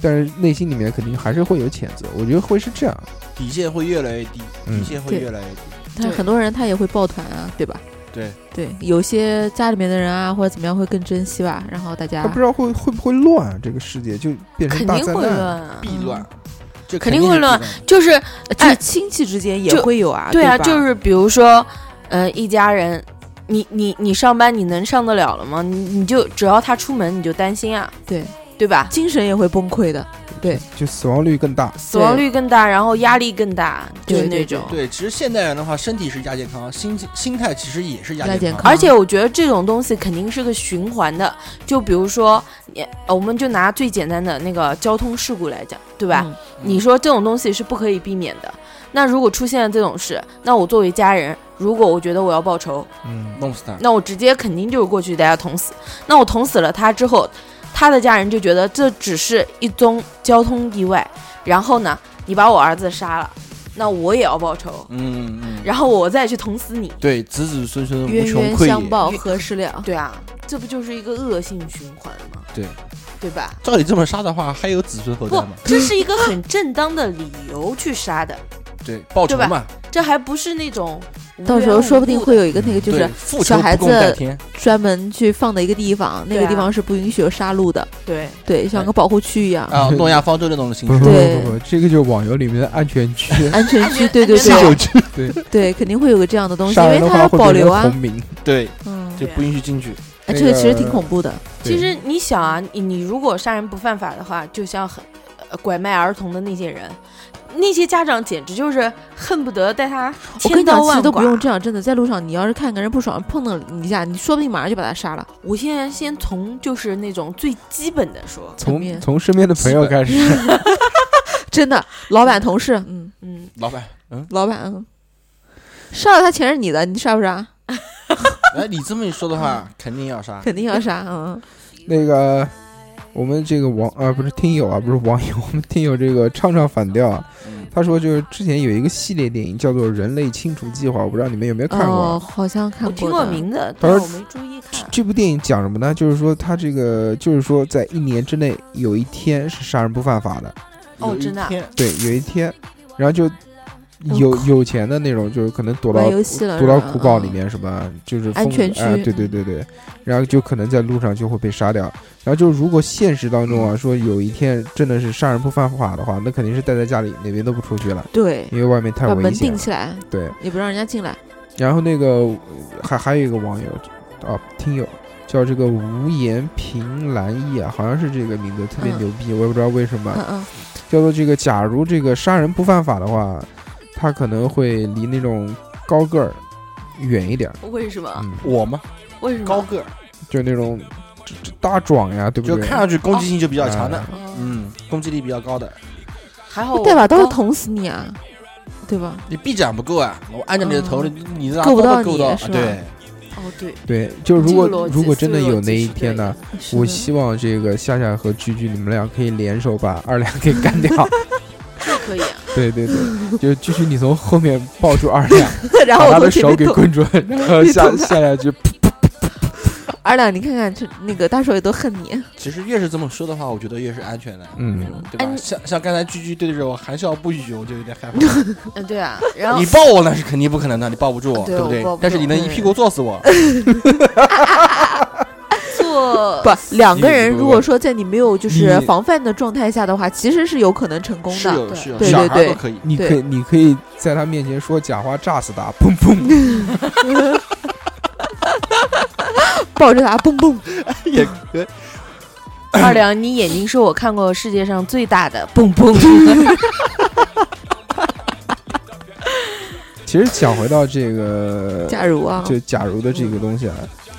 但是内心里面肯定还是会有谴责，我觉得会是这样，
啊
底线会越来越低，
嗯
底线会
对
越来越低。
但是很多人他也会抱团啊，对吧？
对
对，有些家里面的人啊，或者怎么样会更珍惜吧。然后大
他
家
哦不知道会会不会乱啊，这个世界就变成
肯
大
定
灾
会乱
难。
啊。
必乱，
嗯
这
肯定会
是必
乱。就是
就是
哎
亲戚之间也
就
会有啊，
对啊，
吧
就是比如说，嗯，一家人，你你你上班你能上得了了吗？你你就只要他出门你就担心啊，
对
对吧？
精神也会崩溃的。对，
就死亡率更大。
死亡率更大，然后压力更大，就是
对对
那种。
对，其实现代人的话，身体是亚健康，心心态其实也是亚
亚健
康。
康
而且我觉得这种东西肯定是个循环的，就比如说，你呃我们就拿最简单的那个交通事故来讲，对吧？
嗯
你说这种东西是不可以避免的。那如果出现了这种事，那我作为家人，如果我觉得我要报仇，
嗯，
弄死他，
那我直接肯定就是过去大家捅死。那我捅死了他之后，他的家人就觉得这只是一宗交通意外，然后呢，你把我儿子杀了，那我也要报仇，
嗯嗯，
然后我再去捅死你。
对，子子孙孙嗯无
冤
穷
冤
匮
相
也。
报何时了？
对啊，这不就是一个恶性循环吗？
对，
对吧？
照你这么杀的话，还有子孙后代
不
吗？，
这是一个很正当的理由去杀的，
对，报
对
仇
吧
嘛，
这还不是那种无
到时
缘
候
无
说不定
故
会有一个那个，就
对
是
复
小
仇
孩
不共
子
戴天。
专门去放的一个地方，那
对
个
啊
地方是不允许有杀戮的，
对
对，像个保护区一样，
啊，诺亚方舟那种形
不不
式，
不
对
不不，这个就是网游里面的安全 区，
安全区，对对
安
稀
全
有
对
区。对，
对，肯定会有个这样的东西，
杀
因
人
为
的
它
话
要
会
保
变
留
成
啊
红。名。
对，
嗯，
就不允许进去。
哎
那
这个其实
个
挺恐怖的，
对
其实你想啊，你你如果杀人不犯法的话，就像很、呃拐卖儿童的那些人，那些家长简直就是恨不得带他
我跟
千
你讲，
刀
其
万剐。
实都不用这样，真的，在路上你要是看个人不爽，碰到你一下，你说不定马上就把他杀了。
我现在先从就是那种最基本的说，
层面
从从身边的朋友开始，
真的，老板、同事，嗯，
嗯，
老板，嗯，
老板，嗯，杀了他钱是你的，你杀不杀？
哎，你这么一说的话，肯定要杀。
肯定要 杀，嗯，
那个我们这个网啊不是听友啊不是网友，我们听友这个唱唱反调啊，
嗯
他说就是之前有一个系列电影叫做《人类清除计划》，我不知道你们有没有看过
哦，
啊。
好像看
我
过的，
听过名字，
他
但
说
我没注意
这
看。
这部电影讲什么呢？就是说，他这个就是说，在一年之内有一天是杀人不犯法的，
哦真的啊
有一天
对，有一天，然后就
我
有
靠
有钱的那种，就是可能躲到
玩游戏了
躲到
是吧
古堡里
嗯
面，什么就是
安
封
全区嗯
哎对对对对，然后就可能在路上就会被杀掉。然后就如果现实当
嗯
中啊，说有一天真的是杀人不犯法的话，那肯定是待在家里，哪边都不出去了，
对，
因为外面太
把
危
门
险
定
了。
起来，
对，
也不让人家进来。
然后那个还还有一个网友啊，听友叫这个无言凭栏意啊，好像是这个名字特别
嗯
牛逼，我也不知道为什么。
嗯嗯，
叫做这个，假如这个杀人不犯法的话，他可能会离那种高个儿远一点儿，
为什么？
嗯，
我吗？
为什么？
高个儿，
就那种这这大壮呀，对不
就
对？
看上去攻击性就比较强的
哎，
哦
嗯，攻击力比较高的。
还好
哦
不
我
对吧？都
高
是捅死你啊，对吧？
你臂展不够啊，我按着你的头，
嗯
你你哪
够不
都
到
够
你
到啊
是吧
对，
哦，对，
对，就如
这个逻
果
辑
如果真的有那
思路逻辑
一
是
天呢，
是
我
的
希望这个夏夏和居居你们俩可以联手把二两给干掉。
这可以啊。
对对对，就居居你从后面抱住二两，
然后
把
我
他的
从前
手
面
给
捅
棍住，然后
你
下
捅他
下下去，
二两，你看看这那个大手也都恨 你，
其实越是这么说的话，我觉得越是安全的，
嗯，
对吧？
安
像像刚才居居对着我含笑不语，我就有点害怕。
嗯，对啊。然后
你抱我那是肯定不可能的，你抱不住我，
对
不
我
对
抱？不
但是
住
你能一屁股坐死我，
做
不，两个人
不
如果说在你没有就是
你
防范的状态下的话，其实是有可能成功
是
的。
有是有，
对
小
对
孩
对
都可以。
你
对
可以你可以在他面前说假话炸死他，砰 砰，
抱着他，蹦蹦，
也可以
二两，你眼睛是我看过世界上最大的，蹦蹦。
其实讲回到这个
假如啊，
就假如的这个东西啊，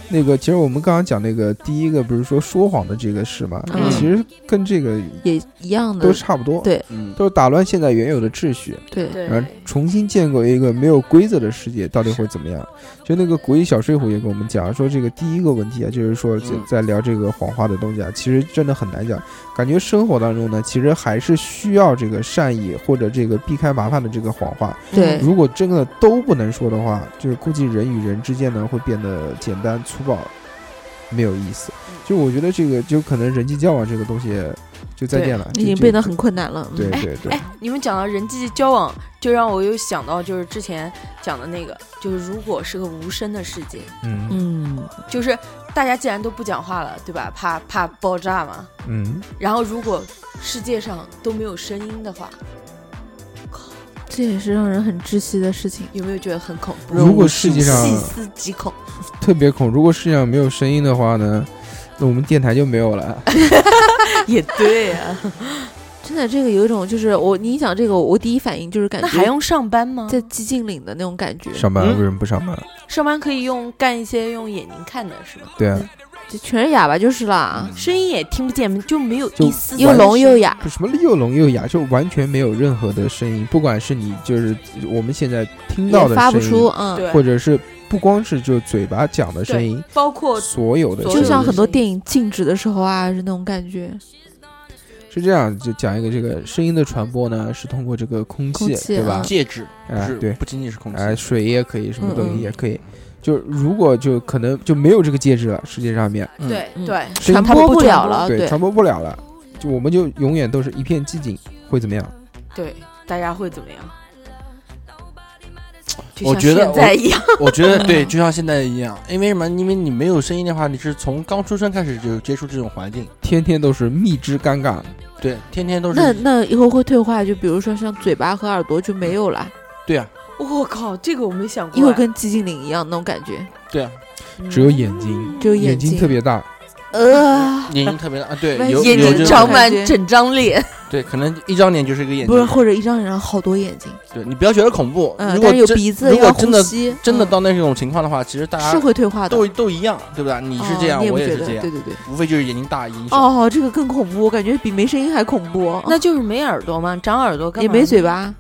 那个其实我们刚刚讲那个第一个不是说说谎的这个事嘛，
嗯
其实跟这个
也一样
都
的，
差不多，
对
嗯，
都是打乱现在原有的秩序，
对，
然后重新建构一个没有规则的世界，到底会怎么样？就那个国一小睡虎也跟我们讲说，这个第一个问题啊，就是说在
嗯
在聊这个谎话的东西啊，其实真的很难讲，感觉生活当中呢，其实还是需要这个善意或者这个避开麻烦的这个谎话，
对
如果真的都不能说的话，就是估计人与人之间呢会变得简单粗暴，没有意
嗯
思。就我觉得这个就可能人际交往这个东西就再见了，
已经
就
变得很困难了。
对
嗯
对对
哎，你们讲到人际交往，就让我又想到就是之前讲的那个，就是如果是个无声的世界，
嗯
嗯，
就是大家既然都不讲话了，对吧？怕怕爆炸嘛。
嗯，
然后如果世界上都没有声音的话，
这也是让人很窒息的事情。
有没有觉得很恐怖？
如果世界上
细思极恐。
特别恐，如果世界上没有声音的话呢，那我们电台就没有了。
也对啊呀、
真的，这个有一种就是我，你一讲这个，我第一反应就是感
那
觉
还用上班吗？
在寂静岭的那种感觉，
上班
嗯
为什么不上班？
上班可以用干一些用眼睛看的是吗？
对啊，
就全是哑巴就是啦，
声音也听不见，嗯就没有
就
一
嗯
丝
又聋又哑。
不什么又聋又哑，就完全没有任何的声音，不管是你就是我们现在听到
也
的
发不
声
出，
音，
嗯，
对，
或者是不光是就嘴巴讲的声音，
包括
所有的
所有
就
声音
像很多电影静止的时候啊，是那种感觉，
是这样，就讲一个这个声音的传播呢，是通过这个空气，
空气
对吧
嗯？
戒指不
哎
是，
对
不仅仅是空气，
哎，水也可以，什么东
嗯嗯
西也可以。就如果就可能就没有这个介质了，世界上面
嗯
对
嗯
对，
声
传
音
播
不
不
传
了
播
了
对，
对
传播不了了，就我们就永远都是一片寂静，会怎么样？
对，大家会怎么样？就
我
像
觉得
现在一样，
我觉得对，就像现在一样，因为什么？因为你没有声音的话，你是从刚出生开始就接触这种环境，
天天都是蜜汁尴尬，
对，天天都
那
是，
那以后会退化，就比如说像嘴巴和耳朵就没有了，
对啊，
我靠，这个我没想过哎。
以后跟寂静岭一样那种感觉，
对啊，
只有眼睛
嗯
只有
眼睛
睛
特别大，
呃，
眼睛特别大啊，对，
那
有
眼
有
睛
这
长
种，
满整张脸，
对，可能一张脸就是一个眼睛，
不是，或者一张脸上好多眼睛，
对你不要觉得恐怖，
嗯，
如果
但是有
真
鼻子，
如
又
果
要
真
呼
的
吸，
真的
嗯
到那种情况的话，其实大
是
家
会退化的，
都都一样，对吧？你是这
哦
样，
你
我
也
也
不
是
觉得，
这样
对，对对。
无非就是眼睛大，眼睛小，
哦，这个更恐怖，我感觉比没声音还恐怖。
那就是没耳朵吗？长耳朵干
也
嘛
没
呢
嘴巴，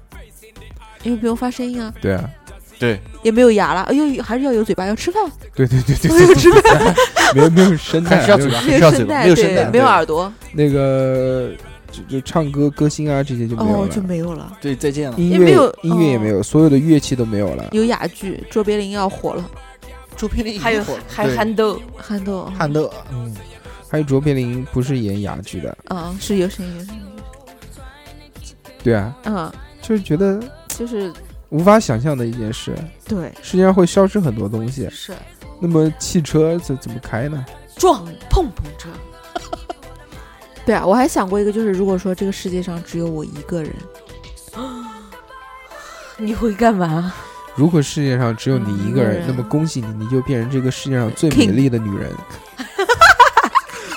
因为不用发声音啊，
对啊，
对，
也没有牙了。哎呦，还是要有嘴巴，要吃饭，
对对对对
没有
对，
吃饭，
没有没有声带
还是要
没有
嘴
声
巴，还是要
有
嘴
声
巴，
带，
没有声带，
对，没有
对
耳朵，
那个就就唱歌歌星啊这些就没有
哦，就
了，
没有了。
对，再见了。
音
也没
乐
有
音乐也
哦
没有，所有的乐器都没有了。
有哑剧，卓别林要火了，
周佩林
还有还有憨豆，
憨 豆，
汉德，
嗯，还有卓别林不是演哑剧的，
嗯，是有声音，
对啊，
嗯，
就是觉得
就是
无法想象的一件事，
对，
世界上会消失很多东西。
是
那么汽车怎怎么开呢？
撞碰碰车，
对啊。我还想过一个，就是如果说这个世界上只有我一个人，
你会干嘛？
如果世界上只有你一个人，
嗯
那么恭喜你，你就变成这个世界上最美丽的女人，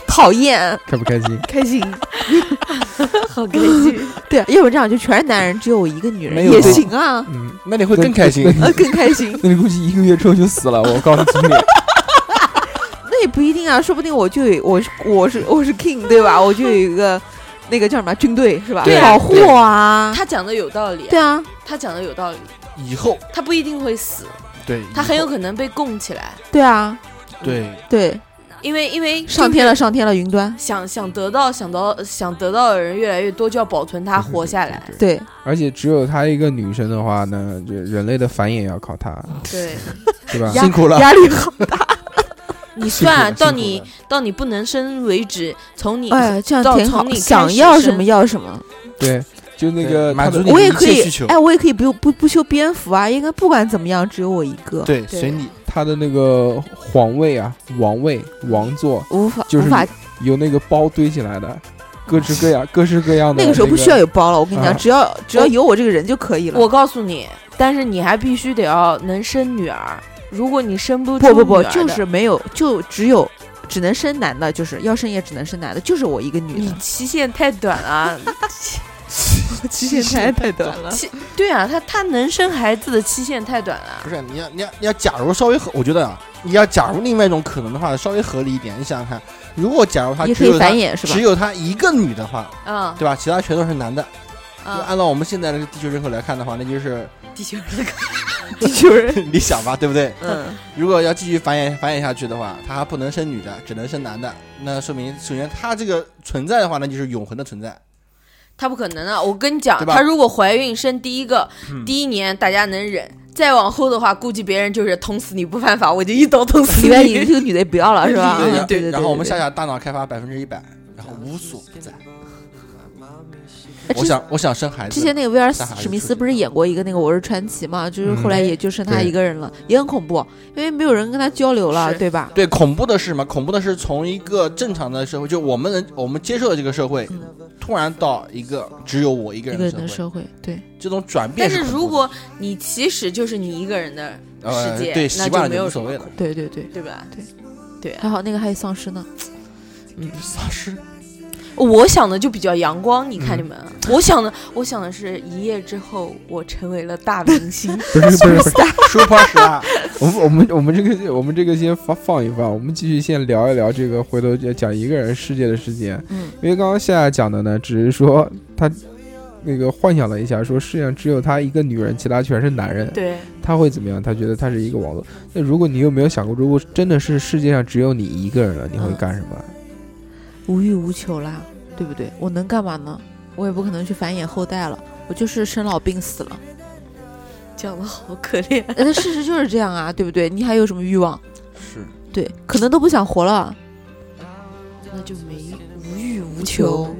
讨厌，
开不开心？
开心。
好开心，
对啊，要不这样就全是男人，只有我一个女
没
人
有
也
对嗯
行啊，
嗯，
那你会更开心
那。
呃， 更开心。
那你估计一个月之后就死了，我告诉 你。
那也不一定啊，说不定我就有我是我是我是 king 对吧？我就有一个那个叫什么军队是吧？
对啊
保护我啊，
他讲的有道理，
对啊，
他讲的有道理，
以后，
他不一定会死，
对，
他很有
以
可能被供起来，
对啊，
后对，
对，
因为因为
上天了，上天了，云端，
想想得到想到想得到的人越来越多，就要保存他活下来。
对，
而且只有她一个女生的话呢，这人类的繁衍要靠她，
对，
对吧？
辛苦了，
压力好。
你算啊
辛苦了
到你到你不能生为止，从你
哎，这样
到
挺
从
好
你，开
想
始
要什
生
么要什么，
对，就那
对
个
满足
她的
你
我也
一
可
切
以
需求，
哎，我也可以不用不不修边幅啊，应该不管怎么样，只有我一个，
对，
对
随你，
她的那个皇位啊，王位王座
无法
就是
无法，
有那个包堆起来的，各式各样各式各样的。
那个时候不需要
有。
有包了，我跟你讲，
啊
只要只要有我这个人就可以了。
我告诉你，但是你还必须得要能生女儿。如果你生不出
不不
女
不，
儿
就
的
是没有，就只有只能生男的，就是要生也只能生男的，就是我一个女
你
的，
期限太短 了。
期限太太短了
期对啊，他他能生孩子的期限太短
不
了。
是你要你要你要，假如稍微合，我觉得啊，你要假如另外一种可能的话，稍微合理一点，你想想看，如果假如他
也可
只
以
有
繁
他
衍是吧
只？有他一个女的话，
嗯
对吧？其他全都是男的，就
啊
嗯，
按照我们现在这个地球人口来看的话，那就是
地球人口，
地球人，
理想吧，对不对？
嗯，
如果要继续繁衍繁衍下去的话，他还不能生女的，只能生男的，那说明首先他这个存在的话，那就是永恒的存在。
他不可能啊！我跟你讲，
对吧
他如果怀孕生第一个，
嗯
第一年大家能忍，再往后的话，估计别人就是捅死你不犯法，我就一刀捅死
里面你
你。
这个女的也不要了是吧？嗯
对然后
对对。
然后我们
对
下，下大脑开发百分之一百，然后无所不在。
对
我。想我想生孩
之
子，
呃之前那个威尔史
下海
史密
出
斯
去
不是演过一个那个《我是传奇》嘛，就是后来
嗯
也就剩他
对
一个人了，也很恐怖，因为没有人跟他交流了，
是
对吧？
对，恐怖的是什么？恐怖的是从一个正常的社会，就我们能我们接受的这个社会，
嗯
突然到一个只有我一个
一
人
个
的
人
社
的
会，
社会，对，
这种转变
但
是
是
恐怖的。
如果你其实就是你一个人的
呃
世界，
对
那
习
就
惯了
没有
无
什
所
么
谓了
恐，，
对对对，
对吧？
还好那个还有丧尸呢，
嗯，
丧尸
我想的就比较阳光，你
嗯
看你们，啊我想的我想的是一夜之后我成为了大明星，
不是不是不 是，Super
啊
Star。我们我们我们这个我们这个先放放一放，我们继续先聊一聊这个回头讲一个人世界的事情。
嗯，
因为刚刚夏夏讲的呢，只是说他那个幻想了一下，说世界上只有他一个女人，其他全是男人，
对，
他会怎么样？他觉得他是一个网络。那如果你有没有想过，如果真的是世界上只有你一个人了，你会
嗯
干什么？
无欲无求啦，对不对？我能干嘛呢？我也不可能去繁衍后代了，我就是生老病死了。
讲的好可怜。
呃但事实就是这样啊，对不对？你还有什么欲望？
是
对，可能都不想活了，
那就没无欲无
求
求。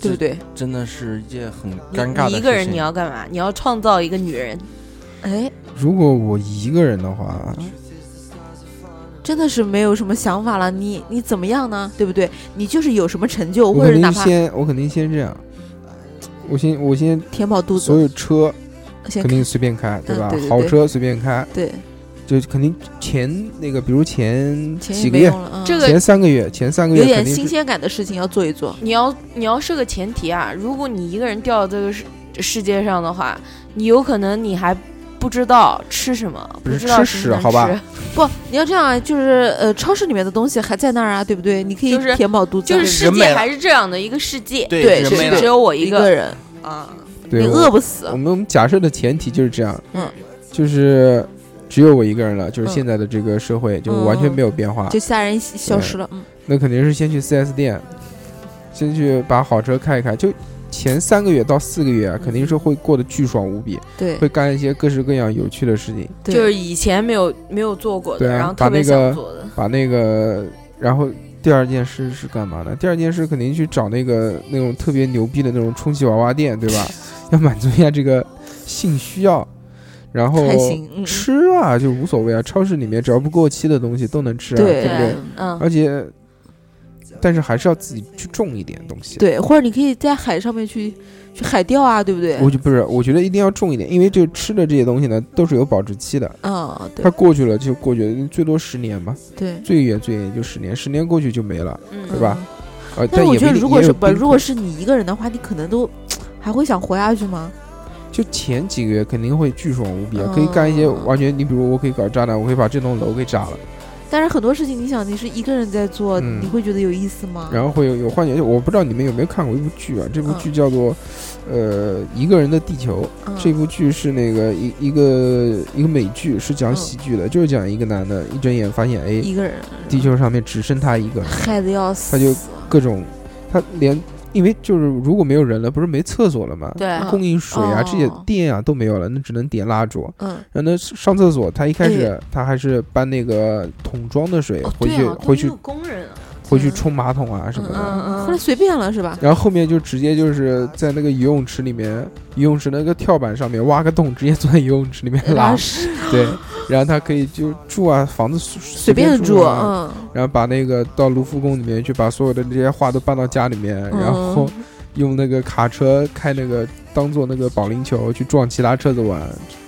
对不对？
真的是一件很
你
尴尬的事情。
你一个人你要干嘛？你要创造一个女人，
哎，
如果我一个人的话，
真的是没有什么想法了，你你怎么样呢？对不对？你就是有什么成就，
我
或者
肯
哪
定
怕
先我肯定先这样，我先我先
填饱肚
所
子，
有车
先
肯定随便开，
嗯
吧？
对对
豪
对
车随便开，
对，
就肯定前那个，比如前
钱
几
也
个
没
月、
用了，嗯、
这个
前三个月、前三个
有
月
点
肯定
新
是
鲜感的事情要做一做。
你要你要设个前提啊。如果你一个人掉到这个世世界上的话，你有可能你还不知道吃什么，
不
不
是
知道
吃
什么能
屎好吧
吃
不，你要这样，啊，就是呃，超市里面的东西还在那儿啊，对不对？你可以
就是
填饱肚子，
就是世
人
界
没了
还是这样的一个世界，
对
对
人
是
没
的
只
了，
有我
一
个
个人，
啊。
对
你
我
饿不死
我。们我们假设的前提就是这样，
嗯，
就是只有我一个人了，就是
嗯
现在的这个社会就完全没有变化，
就其他人消失了，嗯，
那肯定是先去 4S 店，先去把好车开一开，就。前三个月到四个月啊，肯定是会过得巨爽无比，
对，
会干一些各式各样有趣的事情，
对
就是以前没有没有做过的，
对啊
然后特别
把那个
想做的。
把那个，然后第二件事是干嘛呢？第二件事肯定去找那个那种特别牛逼的那种充气娃娃店，对吧？要满足一下这个性需要，然后
还行，嗯，
吃啊就无所谓啊，超市里面只要不过期的东西都能吃啊，
对
不对？哎
嗯，
而且，但是还是要自己去种一点东西。
对，或者你可以在海上面去去海钓啊，对不对？
我就不是，我觉得一定要种一点，因为这个吃的这些东西呢，都是有保质期的，
嗯，对
它过去了就过去了，最多十年吧，
对，
最远最远也就十年，十年过去就没了。对吧
嗯？
呃，
但是我
也
觉
不一
得，
定
如果
也
是
有
不，
冰
如果
块
是你一个人的话，你可能都还会想活下去吗？
就前几个月肯定会巨爽无比，啊，
嗯
可以干一些完全，你比如我可以搞炸弹，我可以把这栋楼给炸了，
嗯但是很多事情，你想你是一个人在做，
嗯
你会觉得有意思吗？
然后会有有幻觉。我不知道你们有没有看过一部剧啊？这部
嗯
剧叫做呃《一个人的地球》，
嗯
这部剧是那个一一个一个美剧，是讲
嗯
喜剧的，就是讲一个男的一睁眼发现，哎，
一个人，
地球上面只剩他一个人，
害得要死，
他就各种他连。因为就是如果没有人了，不是没厕所了吗？
对
它供应水啊、
哦
这些电啊都没有了，那只能点蜡烛。
嗯，
然后呢，上厕所，他一开始
哎
他还是搬那个桶装的水
哦
回
对
去，
啊都
回
没
去
有工人啊，
回去冲马桶啊什么的。
嗯嗯
后来随便了是吧？
然后后面就直接就是在那个游泳池里面，游泳池那个跳板上面挖个洞，直接坐在游泳池里面拉
拉。屎
对，然后他可以就住啊，房子随
随
随
便
住
住，
啊。
嗯，
然后把那个到卢浮宫里面去，把所有的这些花都搬到家里面，然后
嗯
用那个卡车开那个当做那个保龄球去撞其他车子玩。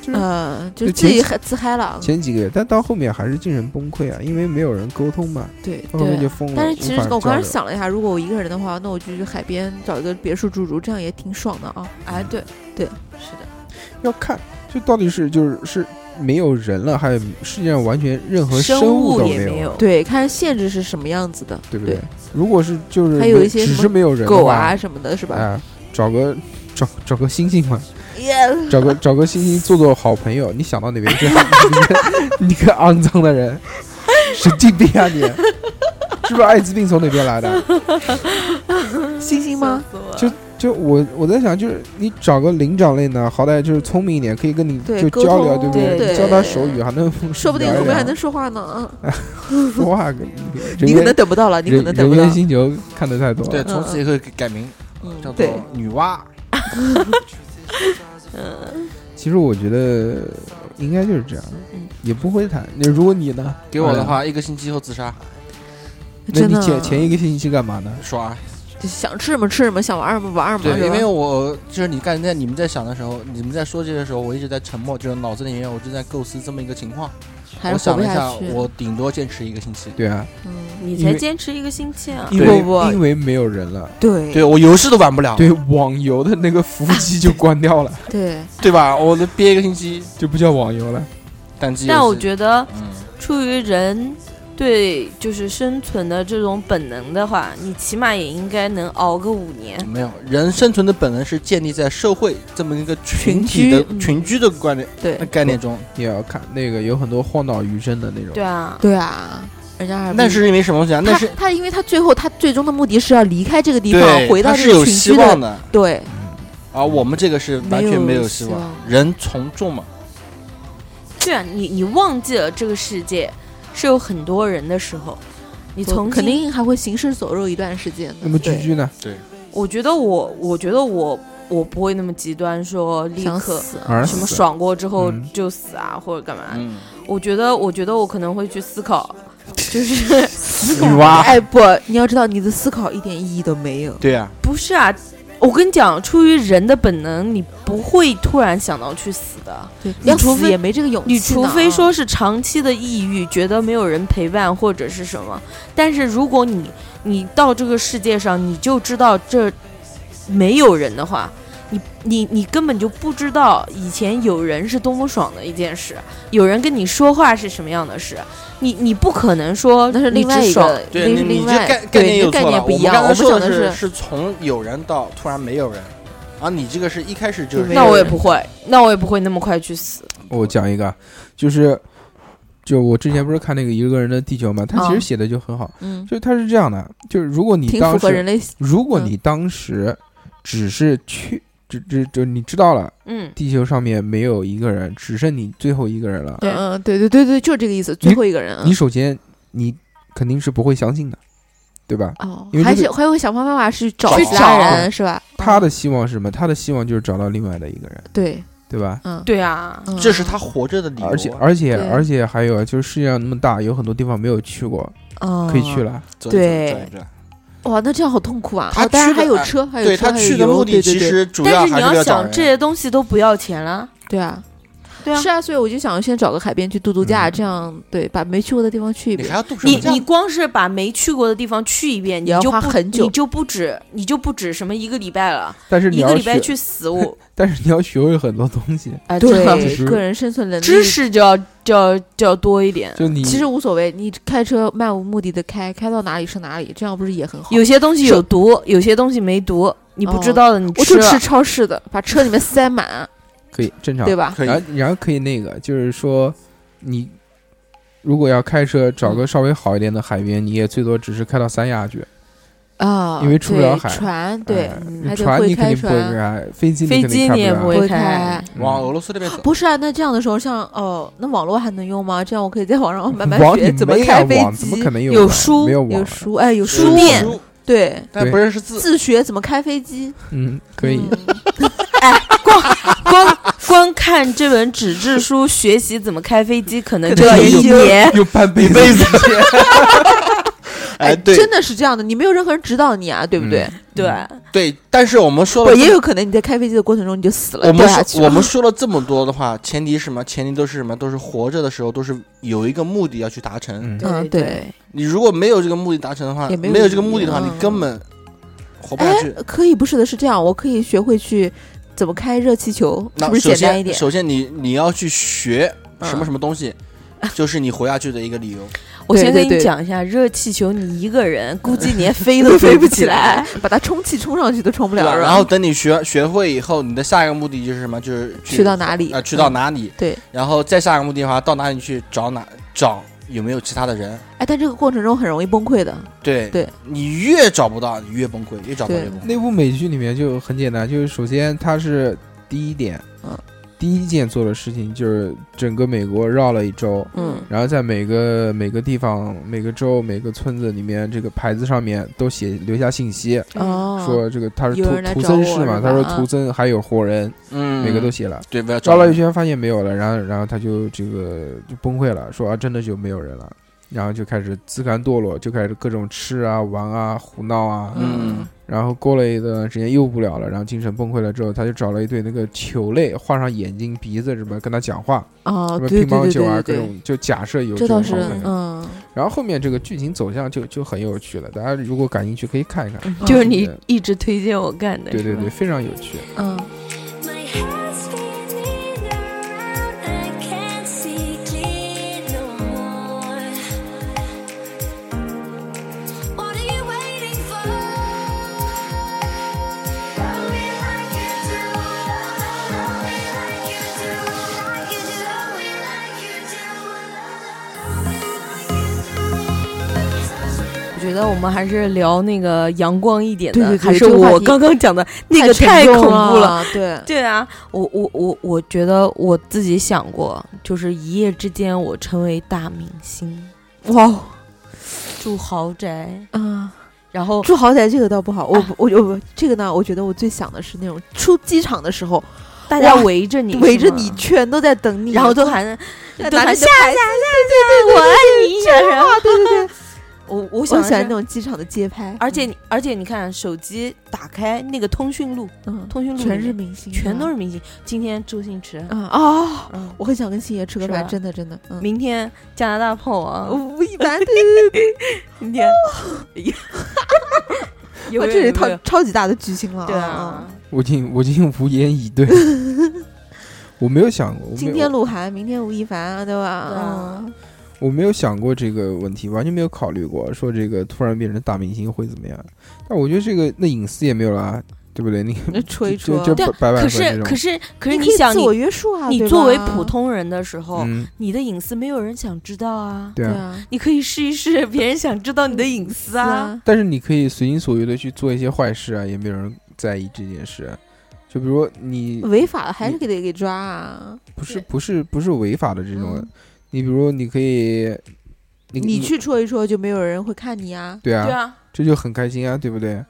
就是
呃，就
就是
自
前
己
期
嗨自嗨了，
前几个月，但到后面还是精神崩溃啊，因为没有人沟通嘛，
对
到后面就
对。
疯了。
但是其
无
实
法
我刚
交
才
流，
想了一下，如果我一个人的话，那我就去海边找一个别墅住住，这样也挺爽的啊。
哎，对
对，
是的，
要看就到底是就是是没有人了，还有世界上完全任何
生
物都
也
有，啊
有，
对，看限制是什么样子的，
对不对？如果是就是
还有
没
一些
只
什么
是没有人的
狗
话
啊，什么的，是吧？
哎，找个找找个星星嘛，
耶，
找个找个星星做做好朋友，你想到哪边去？啊 你个你个肮脏的人，神经病啊你！是不是艾滋病从哪边来的？
星星吗？
笑死我了？
就我我在想，就是你找个灵长类呢，好歹就是聪明一点，可以跟你
对
就
沟
交流，对
通
不对？
对
你教他手语还能
说不定
聊一
后面还
聊
能说话呢。嗯
说 话跟。
你
人
可
猿
能等不到了，你可能
人
等
人
不到
猿。星球看的太多
对，
嗯
了，
从此以后改名叫
嗯，
做
对，
女 娲。
嗯
其实我觉得应该就是这样
嗯，
也不会谈。那如果你呢？
给我的
哎呀，
话，一个星期后自杀，
那
真
你
的啊
前前一个星期干嘛呢？
爽
嗯
啊！
就想吃什么吃什么，想玩什么玩什么。
对，
是
因
吧
为我就是你刚才你们在想的时候，你们在说这些时候，我一直在沉默，就是脑子里面我就在构思这么一个情况。
还
我
是活
想
不
了一
下
下，
去。
我顶多坚持一个星期。
对啊，
嗯，
你
因
才
为
坚持一个星期啊！
因
对
为
不不
因为没有人了，
嗯
对
对我游戏都玩不了，
对网游的那个服务器就关掉了，
对
对吧？我得憋一个星期
就不叫网游了。
单机游戏。
但我觉得，
嗯，
出于人对就是生存的这种本能的话，你起码也应该能熬个五年。
没有，人生存的本能是建立在社会这么一个群
群
体的
居嗯
群居的观念
对
概念中。
也要看那个有很多荒岛余生的那种，
对啊，
对啊，人家还不
那是因为什么东西啊？那
他
是
他，因为他最后他最终的目的是要离开这个地方，
对，
回到
他
这
是
个
有
群
希
居的
望的，
对
而我们这个是完全没有希
没有
望
希。望
人从众嘛，
对啊，你你忘记了这个世界是有很多人的时候，你
我
从
肯定还会行尸走肉一段时间的。
那么居
对
居呢？
我觉得我我觉得我我不会那么极端说立
想
刻
死啊，
而
什么爽过之后
嗯
就死啊、或者干嘛。
嗯，
我觉得我觉得我可能会去思考，就是
女娲，
哎不，你要知道你的思考一点意义都没有。
对啊，
不是啊，我跟你讲，出于人的本能，你不会突然想到去死的。
对，
你
要
除
死
非
也没这个勇气呢。
你除
啊
非说是长期的抑郁，觉得没有人陪伴或者是什么，但是如果你你到这个世界上，你就知道这没有人的话，你你你根本就不知道以前有人是多么爽的一件事，有人跟你说话是什么样的事，你你不可能说
那是另外
你只
一
爽
个，那
对啊
是
你你
另
这
外
概概
对
念
你的
又
概
错了。
念
我
不一
们
样。
刚
我
才
们
说
想
的
的
是
是，
是从有人到突然没有人，啊，你这个是一开始就
就是没
那
有
我也
人
不会，那我也不会那么快去死。
我讲一个啊，就是就我之前不是看那个一个人的地球嘛，他其实写的就很好，
嗯，
就是他是这样的，就是如果你
挺符
当
合人嗯
时，
类
如果你当时只是去，就就就你知道了，
嗯，
地球上面没有一个人，只剩你最后一个人了，
嗯嗯，对对对对，就是这个意思。最后一个人啊，
你首先你肯定是不会相信的，对吧？
哦
因为，
还
这
是
个
还会想方办法去找
去
其他
找
人是吧？
他的希望是什么？他的希望就是找到另外的一个人，
对，
对吧？
嗯，
对啊，
嗯，
这是他活着的理由啊。
而且而且
对
而且还有啊，就是世界上那么大，有很多地方没有去过，可
可
以去。了。
走一走
对
转一转
嗯哇，那这样好痛苦啊！
他
哦当然
去的
还有
哎
车，还有
对
车
他
还有
去的
油
目的
对
其
对对
实主要
但是
还
你
是要找
想
人
这些东西都不要钱了，
对啊，
对啊，
是啊，所以我就想先找个海边去度度假，
嗯
这样对，把没去过的地方去一
你
遍
还。要动手
你
脚
你光是把没去过的地方去一遍，你
也要
就
花
不
很久
你就不止你就不止什么一个礼拜了，
但是你
一
要
个礼拜
学，
去死 我
但是你要学会很多东西。
哎，真的
其实
对，个人生存能力
知识就要就要就要多一点，
就你
其实无所谓，你开车漫无目的的开，开到哪里是哪里，这样不是也很好？
有些东西
是
有毒，有些东西没毒，你不知
哦
道的你
我就
了
吃超市的，把车里面塞满，
可以正常
对吧？
可以
然后然后可以那个，就是说你如果要开车，找个稍微好一点的海边，你也最多只是开到三亚去。
啊，
因为出不
对
了海
船对
哎，
嗯还得
船
会
你肯
开
定不会
船，
开，飞机你
飞
肯
机
定
你也不
开了
会
会
开
开。
嗯
往俄罗斯那边走。
不是啊，那这样的时候，像哦，那网络还能用吗？这样我可以在网上慢慢
网
学
你
怎么
没
开
有
飞
网
机，
怎么可能
有
网
书
没有网啊
有
了？
书哎，有
书店
对，
但
对
不认识字。
自学怎么开飞机，
嗯，可以。
嗯
光 光看这本纸质书学习怎么开飞机，可能
可
就
能
要
有
一
一个
年。
又半辈子，
哎，对
真的是这样的，你没有任何人指导你啊，对不对？
对，
嗯
对，但是我们说
不，
了这么，
也有可能你在开飞机的过程中你就死了，
我
掉
们
下去
说
了。
我们说了这么多的话，前提是什么？前提都是什么？都是活着的时候都是有一个目的要去达成。
嗯，
嗯，对，
你如果没有这个目的达成的话，
也没
没
有
这个目的的话，
意义
你
嗯
根本活不下
哎
去。，
可以，不是的，是这样，我可以学会去怎么开热气球，是
那
不是
首
简单一
先，
点？
首先你你要去学什么
嗯
什么 东西，就是你活下去的一个理由。
我先
对
跟
对
你
对
讲一下，热气球你一个人估计连 飞都飞
不
起 来。，
把它充气充上去都充不
对吧
了。
然后等你学学会以后，你的下一个目的就是什么？就是
去到哪里？
啊，去到
嗯？
哪里？
对，
然后再下一个目的的话，到哪里去找哪找有没有其他的人？
哎，但这个过程中很容易崩溃的。
对
对，
你越找不到，你越崩溃，越找不到
对
越崩溃。
那部美剧里面就很简单，就是首先它是第一点，
嗯，
第一件做的事情就是整个美国绕了一周，
嗯，
然后在每个每个地方、每个州、每个村子里面，这个牌子上面都写留下信息，
嗯
哦，
说这个他是
有人
图
来
图
找
森
我
市嘛，
是
他
吧
说
啊
图森还有活人，
嗯，
每个都写了。
对，不要
绕
找
了一
人。
圈发现没有了，然后然后他就这个就崩溃了，说啊真的就没有人了，然后就开始自甘堕落，就开始各种吃啊玩啊胡闹啊，
嗯，
然后过了一段时间又无聊了，然后精神崩溃了之后，他就找了一对那个球类，画上眼睛、鼻子什么，跟他讲话，
哦
什，么
对
乒
对
乓
对
球
对对
啊，各
对，
种就假设有
这倒
种
是
方面的。
嗯，
然后后面这个剧情走向就就很有趣了，大家如果感兴趣可以看一看。
嗯
就是你一直推荐我干的，
嗯对对
是吧
对，，非常有趣。
嗯，
My head's spinning around, I can't see clear no more. What are you waiting for? Love me like you do, love me like you do, like you do, love me like you do, love me like you do. Touch me
我觉得我们还是聊那个阳光一点的，
对对对
还是
这个话
我
题
刚刚讲的那个
沉
太
重
恐怖了。
了，对，
对啊，我我我我觉得我自己想过，就是一夜之间我成为大明星，
哇哦，
住豪宅，
嗯。
然后
住豪宅这个倒不好，我
啊
不我我这个呢，我觉得我最想的是那种出机场的时候，
大家
哇
围着你，
围着
是吗
你，全都在等你，
然后都喊
拿
都
着
喊
你的
下载
牌
下
子
载，我爱你，然后
啊，对对对，
我 我
我
想
喜
的是
欢那种机场的街拍，
而且你而且你看手机打开那个通讯录，
嗯，
通讯录
全
里
是
面
明星，
全都是明星，啊今天周星驰，
啊啊！
嗯，
我很想跟星爷吃个
是
饭，
吧
真的真的，嗯，哦
明天加拿大炮王，
我一般，对 对对，
今 天，有
我
没
这
有有
是
没
超
有
超级大的巨星了，
对
啊
啊。，
我已经我已经无言 以对，我没有想过，我没有
今天鹿晗，明天吴亦凡，对
对
吧
啊？
嗯，
我没有想过这个问题，完全没有考虑过，说这个突然变成大明星会怎么样？但我觉得这个那隐私也没有啦，对不对？你
那吹一
就
吹，
就
对啊
白百
可
合
是
这
可
种，
是可是
你以
想
自我
你
约束啊，
你
对
作为
吧
普通人的时候，
嗯，
你的隐私没有人想知道哦啊。
对
对
啊。
啊，
你可以试一试，别人想知道你的隐私
是
啊。
啊，
但是你可以随心所欲的去做一些坏事啊，也没有人在意这件事。啊就比如你
违法了还是
你
给得给抓啊！
不是
对
不是不是违法的这种，
嗯
你比如你可以，你
你去戳一戳，就没有人会看你 啊。
对啊，
对啊，
这就很开心啊，对不对？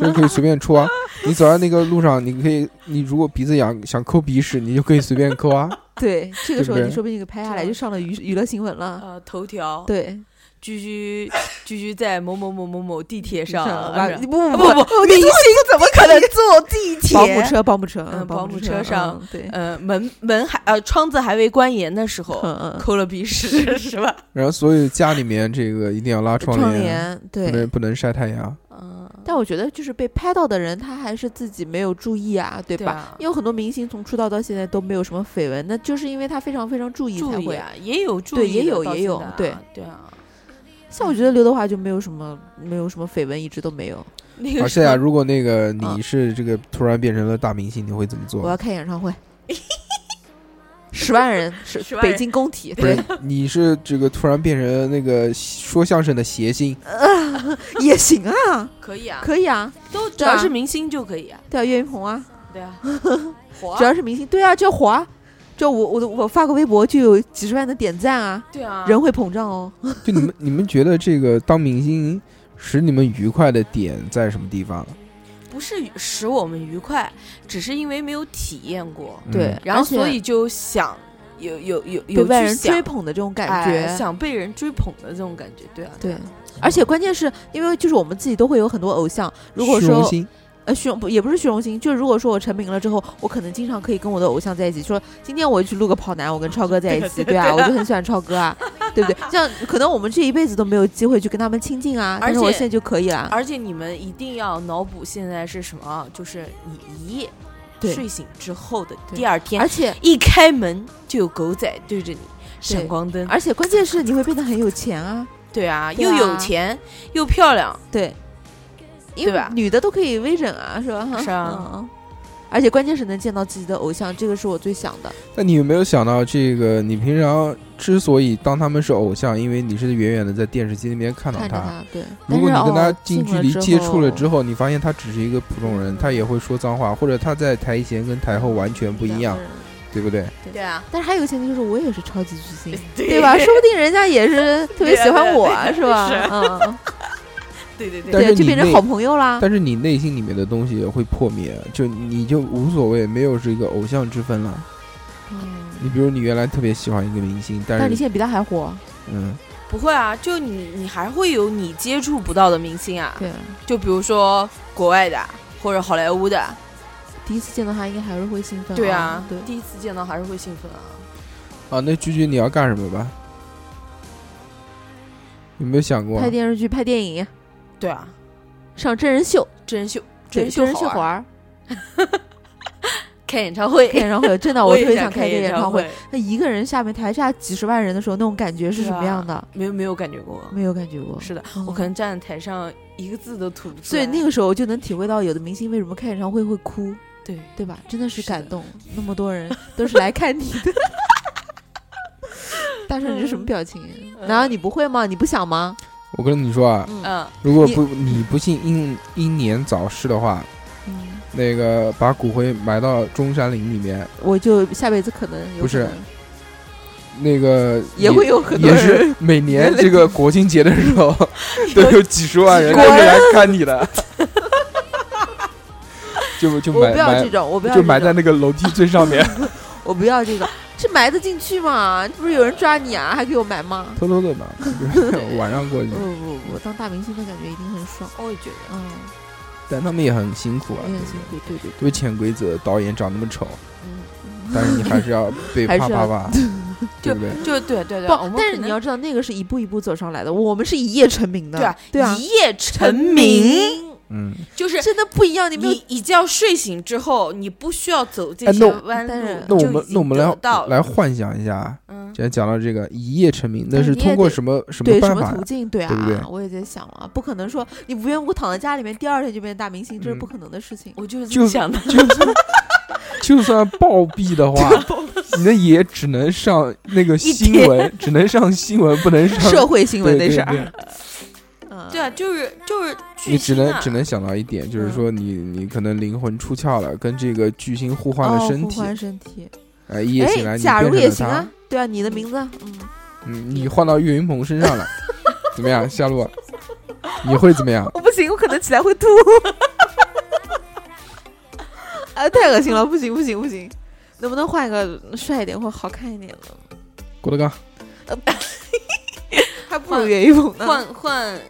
这可以随 便戳啊。你走在那个路上，你可以，你如果鼻子痒想抠鼻屎，你就可以随便抠 啊。
对，这个时候
对不对
你说不定给拍下来，
对啊
就上了娱娱乐新闻了。
呃，头条，
对，
居居居居在某某某某某地铁
上
上，
完
是吧啊
不不
不不
不，明星怎么可能坐地铁？保姆车，保姆车，
嗯
保
保
姆
姆车上，
嗯对，
呃，门门还呃窗子还未关严的时候，
嗯
抠了鼻 屎是吧？
然后所有家里面这个一定要拉窗
窗
帘，啊
帘
不能
对。
不能晒太阳。
嗯，
但我觉得就是被拍到的人，他还是自己没有注意啊，对
对
吧？
啊
因为有很多明星从出道到现在都没有什么绯闻，那就是因为他非常非常注意才
注意
会。
啊，也有注意
对
的，
也有
到
也
现
有
在啊
对
对啊，
像我觉得刘德华就没有什么没有什么绯闻，一直都没有。
那个
而
时
且啊，
候
如果那个
啊
你是这个突然变成了大明星，你会怎么
我
做？
要开演唱会，十万人是
10万人
北京 工体，
不是
对，，
你是这个突然变成那个说相声的 谐星，
也行啊，
可以啊，
可以啊，
都只
对啊
要是明星就可以啊，
对啊，岳云鹏啊，
对 啊，火啊
只要是明星，对啊，就火啊，就我我的我发个微博就有几十万的点赞啊，
对啊，
人会膨胀哦，
就你们你们觉得这个当明星使你们愉快的点在什么地方？
不是使我们愉快，只是因为没有体验过，
嗯
对，
然后所
而且
以就想有有有
被
有
外
去
人
想
追捧的这种感
哎
觉，
想被人追捧的这种感觉，对啊，
对
啊。
而且关键是因为就是我们自己都会有很多偶像，如果
虚荣
说
心
呃虚荣不也不是虚荣心，就是如果说我成名了之后，我可能经常可以跟我的偶像在一起，说今天我去录个跑男，我跟超哥在一起，对啊，我就很喜欢超 哥啊，对不对？像可能我们这一辈子都没有机会去跟他们亲近啊，但是
而且
我现在就可以了，
而且你们一定要脑补现在是什么啊？就是你一夜
对
睡醒之后的
对
第二天
而，且
一开门就有狗仔对着你闪光灯。
而且关键是你会变得很有钱啊，
对啊，
对
又有
啊
钱又漂亮，
对，因
对
为
吧
女的都可以微整啊，是吧？
是啊
嗯，而且关键是能见到自己的偶像，这个是我最想的。
那你有没有想到，这个你平常之所以当他们是偶像，因为你是远远的在电视机那边看到
看着
他，
他，对。
如果你
但是
跟他
哦
近距
了
离
之
接触了之
后
后，你发现他只是一个普通人，他也会说脏话，或者他在台前跟台后完全不一
两
样
个，人
对不对？
嗯
对啊，
但是还有个前提就是我也是超级巨 星，
对
对吧？说不定人家也是特别喜欢我，是吧？
啊对
嗯，嗯
对对
但
对，
是
对，就
你
变成
内
好朋友啦。
但是你内心里面的东西会破灭，就你就无所谓，没有这个偶像之分了。
嗯
你比如你原来特别喜欢一个明星，但
但是你
是
现在比他还火，
嗯，
不会啊，就你你还会有你接触不到的明星啊，
对，
就比如说国外的或者好莱坞的，
第一次见到他应该还是会兴奋、
对啊，
嗯对，
第一次见到还是会兴奋啊。
啊，那居居你要干什么吧？有没有想过
拍？电视剧、拍电影、
对啊，
上真人秀，
真人秀，真
对，
人
真
秀
人秀
好 玩，
玩儿，
开演唱会
开，演唱会，真的，我
也
特别
想
想开一个
演
演唱会
会。，
那一个人下面台下几十万人的时候，那种感觉是什么样的？
没有没有感觉过，
没有感觉过。
啊是啊的，
嗯
我可能站在台上一个字都吐不出
所以
来
那个时候就能体会到，有的明星为什么开演唱会会哭，
对
对吧？真的是
是的
感动，那么多人都是来看你的。 大圣，你是什么
嗯
表情？难道你不会吗？你不想吗？
我跟你说啊，
嗯
嗯，
如果
你
不你不信英英年早逝的话，
嗯，
那个把骨灰埋到中山陵里面，
我就下辈子可能有
不
可
是
能
那个
也会有很多
也
人
是每年这个国庆节的 时候，都有几十万人
果然
来看你的， 就就
我
埋
不要这
埋
种，我不要
就
这
埋在
种，
那个楼梯 最上面，
我不要这种，这埋得进去吗？不是有人抓你啊，还给我埋吗？
偷偷的嘛，就是 晚上过去
不，不不，当大明星的感觉一定很爽，
我也觉得
嗯，
但他们也很辛苦啊
也，很辛苦，对对，对
对潜规则，导演长那么 丑，
嗯。
但是你还是要被
还
啪
是
啪
要
啪，对不对？
就对对啊对，我
不
们，
但
可
是你
能
要知道，那个是一步一步走上来的，我们是一夜成名的，
对啊
对啊，
一夜成名，
嗯，
就是
真的不一样，你没有
你一觉睡醒之后，你不需要走这
哎
些
那
弯
当然
路，
那我
就
们
已
那我们
经得到了
来来幻想一下啊，
嗯，
既然讲到这个一夜成名，那
但
是
是你也
通过
得
什么什么
对什
办
么
法
途
呀？
径？对啊，
对不对
我也在想啊，不可能说你无缘无故躺在家里面，第二天就变大明星，这是
嗯
不可能的 事情。
我就是这
就
么想的，
就算就算暴 毙的话，你那也只能上那个新闻，只能上新闻，不能上
社会新闻
对
那
对
是，
对
嗯
对啊，就是就是
你
巨
只
星
能
啊
只能想到一点，就是说你你可能灵魂出窍了，跟这个巨星互换了
哦
身
互
体，
换身体，
哎，一夜醒来
哎
你
假如也
变
行
成了
啊，对啊，你的名 字，嗯，
他，嗯，你换到岳云鹏身上了， 怎么样，夏洛？你会怎么样？
我不行，我可能起来会吐。 啊，太恶心了，不行不行不行，能不能换一个帅一点或好看一点的？
郭德纲，
还不如岳云鹏呢。
换换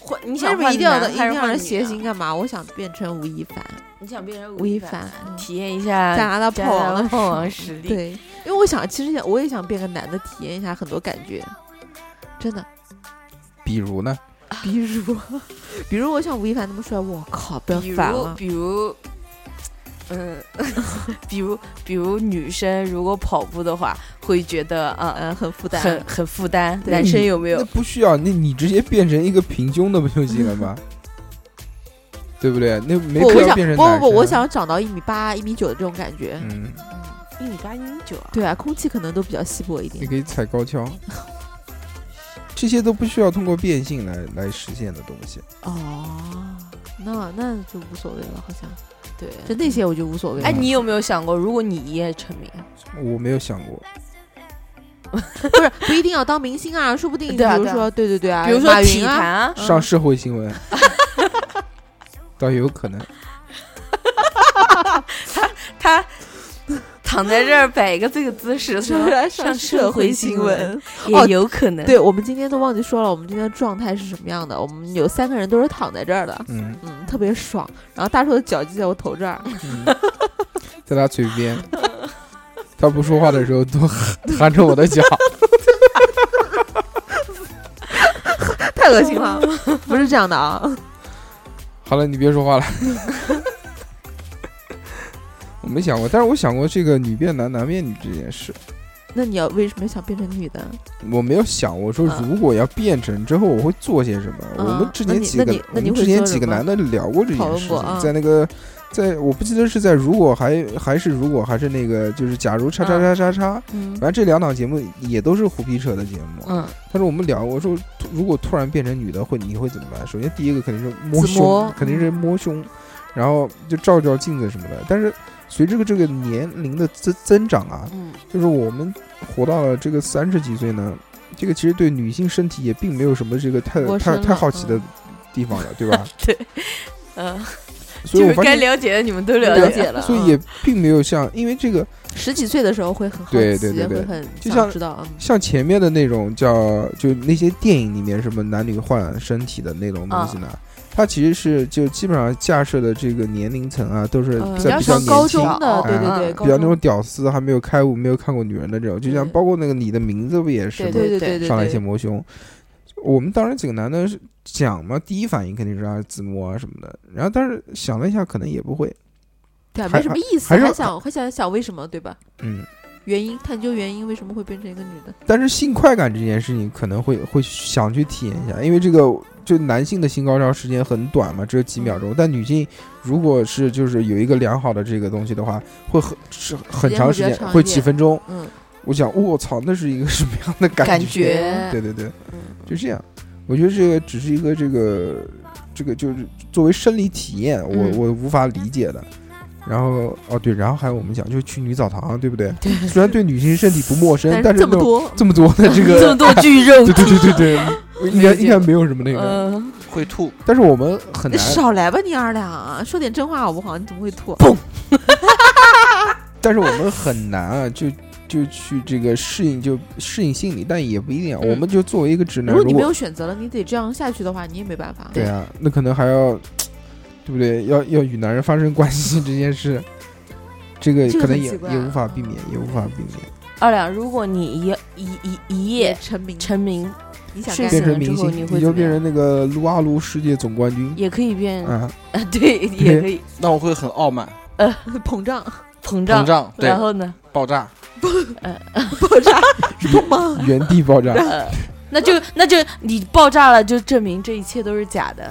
换，你
你
想
为什么
换
一定要
男
一
还
定
是
要
换
人
女啊
谐
的
星，干嘛？我想变成吴亦凡，
你想变成
吴亦
凡
凡，嗯
体验一下
加拿大
加
炮
拿
王
大
的
炮
爽
王实力，
对，因为我想，其实也我也想变个男的，体验一下很多感觉，真
啊
的。
比如呢？
比如，比如我像吴亦凡那么帅，我靠，不要
比
烦
如
了。
比如。嗯， 比如比如女生如果跑步的话，会觉得啊、
呃，很负担，
很很负担。
对
男生有没
那
有？
不需要，那你直接变成一个平胸的不就行了 吗？对不对？那没
不，
必
我
要
想
变成
不
男
不不，我
生啊
想长到一米八、一米九的这种感觉。
嗯，
一米八，一米九啊。
对啊，空气可能都比较稀薄一
你
点。
可以踩高 跷，这些都不需要通过变性来来实现的东西。
哦，那那就无所谓了，好像。
对，
就那些我就无所谓了。
哎，你有没有想过，如果你一夜成名，
我没有想过，
不是不一定要当明星啊，说不定比
对啊
如
对啊
说对对对啊，
比如说
马
体
云
坛
啊，
啊，
上社会 新闻，倒有可能。
他躺在这儿摆一个这个姿势，
是
说
不是
上
社
会
会
新
新闻。
也有可能。
对，我们今天都忘记说了，我们今天的状态是什么样的？我们有三个人都是躺在这儿的，
嗯，
嗯，特别爽。然后大硕的脚就在我头这儿，
嗯在他嘴边，他不说话的时候都含着我的脚。
太恶心了， 不是这样的啊。
好了，你别说话了。 我没想过，但是我想过这个女变男，男变女这件事。
那你要为什么想变成女的？
我没有想，我说
嗯
如果要变成之后，我会做些什么？
嗯
我们之
那
前
你
几
那
个
你，
我
那你
们
会
之前
做
几
什
个
么
男的聊过这
讨
件
论
事
过
情，
嗯
在那个，在我不记得是在如果还还是如果还是那个就是假如叉叉叉叉叉，
嗯
反正这两档节目也都是胡皮扯的节目。
嗯，
啊但是我们聊，我说突如果突然变成女的会，你会怎么办？首先第一个肯定是摸
自摸嗯
胸，肯定是摸胸，然后就照照镜子什么的。但是随着这个年龄的增增长啊，
嗯，
就是我们活到了这个三十几岁呢，这个其实对女性身体也并没有什么这个太
陌
太
生嗯
太
了
好奇的
嗯
地方了，对吧？
嗯，
所以
就
我
是
发
该
现，啊
了解的你们都了
了
解。
解了，
所以
嗯
也并没有像，因为这个
十几岁的时候会很好奇，
对对对对
会很
就
想
像
知道，嗯
像前面的那种叫就那些电影里面什么男女换身体的那种东西呢，它其实是就基本上架设的这个年龄层啊，都是
呃
在
比
比
较
较
上高
年轻啊哎
中。的，
哦
对对对，
嗯
高
比较那种
中
屌丝，还没有开悟、没有看过女人的这种，就像
对
包括那个你的名字不也是吗？
对
对
对对对，
上来
对
先摸胸。我们当时几个男的是讲嘛，第一反应肯定是啊自摸啊什么的，然后但是想了一下，可能也不会，
对啊，
还
没什么意思，
还是
还想还想想为什么，对吧？
嗯，
原因探究原因，为什么会变成一个女的？
但是性快感这件事情可能会会想去体验一下，因为这个就男性的性高潮时间很短嘛，只有几秒钟，但女性如果是就是有一个良好的这个东西的话，会很是很
间
长
会
时
比较
间，
长一
会
点
几分钟。
嗯，
我想，我操，那是一个什么样的感
感
觉？
觉
对对对，
嗯
就这样。我觉得这个只是一个这个这个就是作为生理体验，我、
嗯
我无法理解的。然后哦对，然后还有我们讲就是去女澡堂，对不对？虽然对女性身体不陌生，但
但
是
这么
那种
多，
这么多的这
这
个
么，多巨肉
对，对对对对，应该应该没有什么那
呃
个。
嗯，
会吐。
但是我们很
你
难，
少来吧你二两啊，说点真话好不好？你怎么会吐？
但是我们很难啊，就就去这个适应，就适应心理，但也不一定啊。
嗯
我们就作为一个直男，
如果
如
你没有选择了，你得这样下去的话，你也没办法。
对啊，那可能还要，对不对？要要与男人发生关系这件事，这个
这个
可能
很
也
奇怪
也
啊
无法避免，也无法避免。
二两，如果你一一一一
也
夜
成名，
成名，
你想
是
干
死
变
什
的
么？
成明
之后
星，
你
你
会
就
怎么
变
样
成那个撸啊撸世界总冠军
也可以变 啊，
啊！
对，也可以
那我会很傲慢，
膨胀，
膨
膨
胀，
胀，对
然，后呢，
爆炸，
爆炸，是痛吗？
原地 爆炸，
呃，那就那就你爆炸了，就证明这一切都是假的。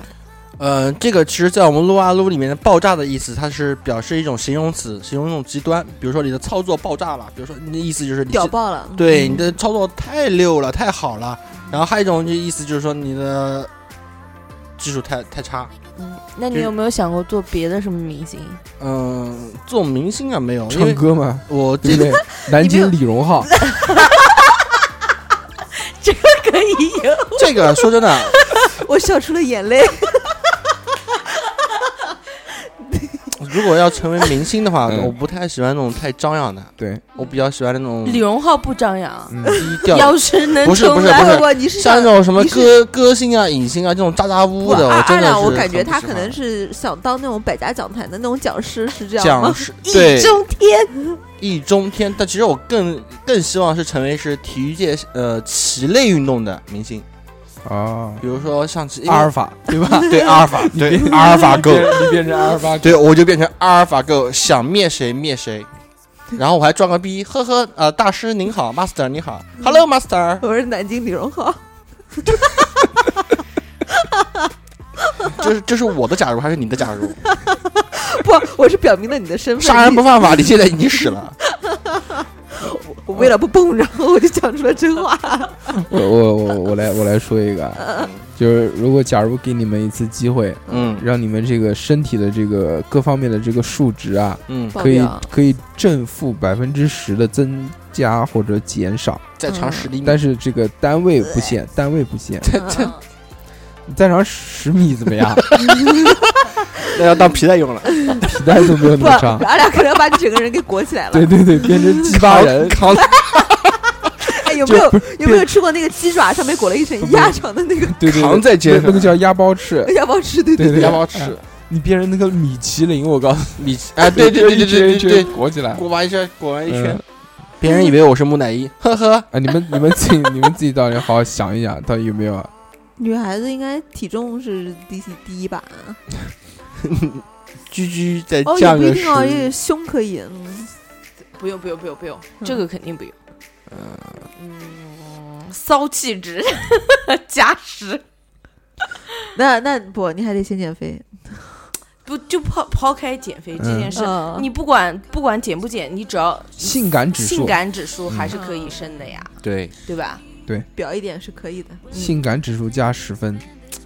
呃，这个其实，在我们撸啊撸里面的“爆炸”的意思，它是表示一种形容词，形容一种极端。比如说你的操作爆炸了，比如说你的意思就是你
屌
是
爆了！
对
嗯
你的操作太溜了，太好了。然后还有一种就意思就是说你的技术太太差。
嗯，那
就
你
是
有没有想过做别的什么明星？
嗯，做明星啊没有，因
唱
为
歌嘛，
我
对不
这 个
对？南京李荣浩，
可以有，
这个说真的，
我笑出了眼泪。
如果要成为明星的话，
嗯
我不太喜欢那种太张扬的，
对，
我比较喜欢那种
李荣浩不张扬，
嗯，
低调的。
要是能
嗯不是
重
不是
来
不是
不不，你是
像
想
那种什么
你是
歌歌星啊、影星啊这种咋咋呼
不
呼的，我
二
真
二
的是
两，我
很
感觉
不
他
喜
可
欢
能是想当那种百家讲坛的那种讲师，是这样
讲
吗？
是对
中天，
易中天，但其实我更更希望是成为是体育界呃棋类运动的明星，
啊，
比如说象棋，因为
阿尔法对吧？
对阿尔法，对阿尔法 Go，
你变成阿尔法，
对我就变成阿尔法 Go，想灭谁灭谁。然后我还装个逼，呵呵，呃，大师您好，master 您好，hello master，
我是南京李荣浩。
这是这是我的假如还是你的假如？
不，我是表明了你的身份。
杀人
你
不犯法，你现在已经死了。
我为了不蹦，然后我就讲出了真话。
我我我我来我来说一个啊，就是如果假如给你们一次机会，
嗯
让你们这个身体的这个各方面的这个数值啊，
嗯，
爆
可以
表
可以正负百分之十的增加或者减少，
再长十厘米，
但是这个单位不限，单位不限。
这这
啊
嗯
你再长十米怎么样？
那要当皮带用了，
皮带都没有
不，
那么长。
俺俩可能要把你整个人给裹起来了。
对对对，变成鸡巴人，
扛
哎，有
就
没有
不
有没有吃过那个鸡爪上面裹了一层鸭肠的那个
对对
扛
对，
在肩
那那
上
个，叫鸭包翅，
鸭包翅？对
对
对
对嗯
要不要吃？
你变成那个米其林，我告诉你，
米奇，哎，对对对对对对 对，
裹起来。
裹完一圈，裹完一圈
嗯，
别人以为我是木乃伊，呵呵。
啊，你们你们自己你们自己到底好好想一想，到底有没有
嗯
啊？
女孩子应该体重是第一第一 吧？
居居再
哦，也
降
不一
个
定哦，因为
十，
胸可以。嗯
不用不用不用不用，
嗯
这个肯定不用。嗯，骚气值 加十，
那那不，你还得先减肥。
不就抛抛开减肥这件事，
嗯，
你不管不管减不减，你只要
性感指
性
数，
感指
嗯
数还是可以升的呀，
对，
对吧？
表一点是可以的。
性感指数加十分。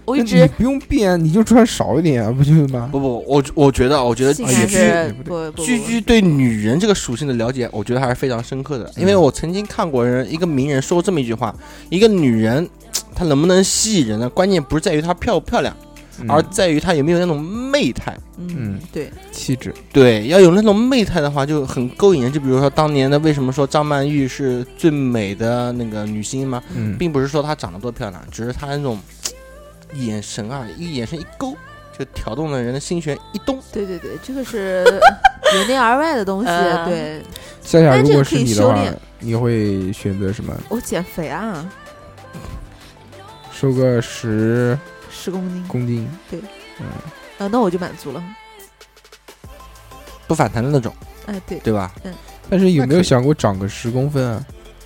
我
那
一
你
直
不用变，啊你就穿少一点啊，不就是吗？
不不，我我觉得，我觉得
性
居
感
居
是
不
不不
居居对女人这个属性的了解，我觉得还是非常深刻的。因为我曾经看过人一个名人说过这么一句话：一个女人，她能不能吸引人呢？关键不是在于她漂不漂亮，
嗯
而在于他有没有那种媚态。
嗯，
对，
气质，
对，要有那种媚态的话，就很勾引人。就比如说当年的，为什么说张曼玉是最美的那个女星嘛，
嗯，
并不是说她长得多漂亮，只是她那种嘖眼神啊，一眼神一勾，就挑动了人的心弦一动。
对对对，这个 是由内而外的东西。
嗯
对
夏夏，
但
如
这
果
个
是
可以
你的
修
话
炼，
你会选择什么？
我减肥啊，
瘦个十
十公斤，
公斤，
啊，那我就满足了。
不反弹的那种，
哎，对，
对吧？
但是有没
那可
有
以
想过长个十公分啊？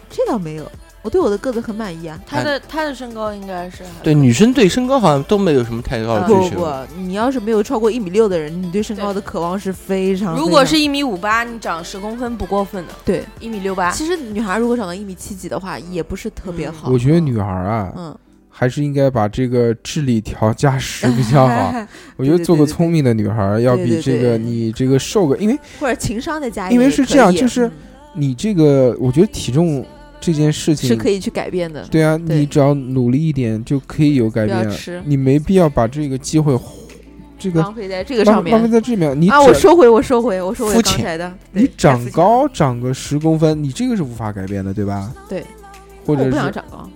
这倒没有，我对我的个子很满意啊。
他的他的身高应该是
对，女生对身高好像都没有什么太高的
啊
不
追
呃不
求。
不，你要是没有超过一米六的人，你对身高的渴望是非
嗯
常。
如果
非常
是一米五八，你长十公分不过分的，
对，
一米六八，
其实女孩如果长到一米七几的话，也不是特别
嗯
好。
我觉得女孩啊，
嗯，
还是应该把这个智力调加十比较好。 我觉得做个聪明的女孩，要比
对对
这
对
个你这个瘦个，因为
或者情商再加一点，
因为是这样就是
嗯
你这个，我觉得体重这件
是
事情，
可以去改变的。
对啊，
对
你只要努力一点就可以有改
不要
变了。
吃，
你没必要把这个机会，这个
浪费在这个上
浪浪费
面
在这边。你
啊！我
长
收回，我收回，我收回
肤
刚
浅
才的。
你
对
长，高长个十公分，你这个是无法改变的，对吧？
对，
或
我
者
不想
是
长高，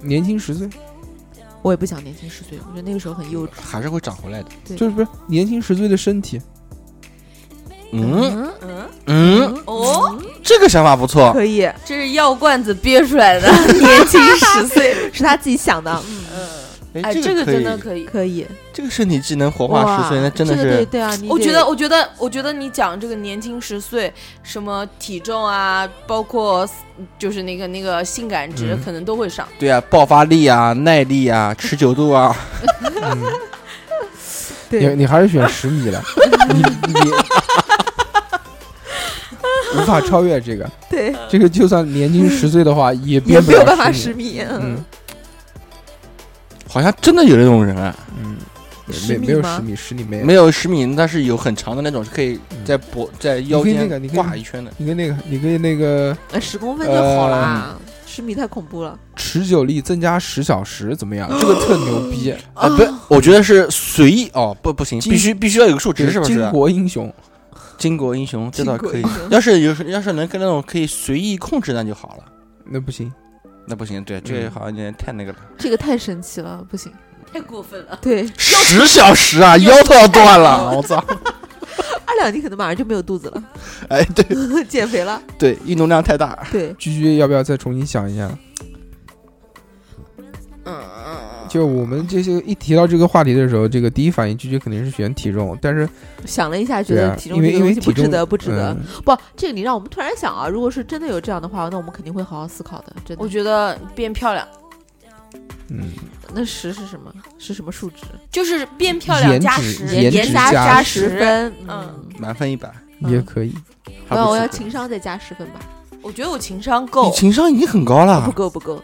年轻十岁，
我也不想年轻十岁，我觉得那个时候很幼稚。
还是会长回来的。
就是不是年轻十岁的身体，
嗯
嗯，
嗯，
哦，
这个想法不错。
可以，
这是药罐子憋出来的，年轻十岁，
是他自己想 的，
嗯，哎，
哎，
这个
可
真的
以
可以。
可以。
这个身体技能活化
哇，
十岁，那真的
这个对
是
对啊，你
我觉
得
得，我觉得，我觉得你讲这个年轻十岁，什么体重啊，包括就是那个那个性感值
嗯，
可能都会上。
对啊，爆发力啊，耐力啊，持久度啊，
嗯，你
对
你还是选十米 的，你你 无法超越这个。
对，
这个就算年轻十岁的话，也
也
变不
没有办法
了
十
米。
米，嗯
嗯，
好像真的有那种人啊，
嗯，
十
没
米
没有
吗
十米，十米没有。
没有十米，但是有很长的那种，是可以在脖在腰
你可以那个你
间
可以
挂一圈的。
你跟那个，你跟那个
呃十公分就好
呃
啦，十米太恐怖了。
持久力增加十小时怎么样？这个特牛逼，
啊，不，我觉得是随意哦，不不行，必须必须要有个数值，是不
巾
是？
帼英雄。
巾帼英雄，这倒可
巾帼
以
英雄。
要是有，要是能跟那种可以随意控制，那就好了。
那不行，
那不行，对，这个
嗯
好像有点太那个了。
这个太神奇了，不行。
太过分了，
对，
十小时啊，腰都要断了，我操！
二两你可能马上就没有肚子了，
哎，对
减肥了。
对，运动量太大，
对，
居居要不要再重新想一下？
嗯，
就我们这些一提到这个话题的时候，这个第一反应居居肯定是选体重，但是
想了一下，觉
对
得
啊，
体重
因
这
为
个
因
东
为
西不
体
值
重
得，不值得。
嗯
不，这个你让我们突然想啊，如果是真的有这样的话，那我们肯定会好好思考的。真的，
我觉得变漂亮
嗯，
那十是什么？是什么数值？
就是变漂亮
颜
加
值
十，
颜值
加
加
十
十分。嗯，
满分一百。
也可以。
不
还
要，
不
我要
及格
情商再加十分吧。
我觉得我情商
你
够，
情商已经很高
不
了，
够，不够。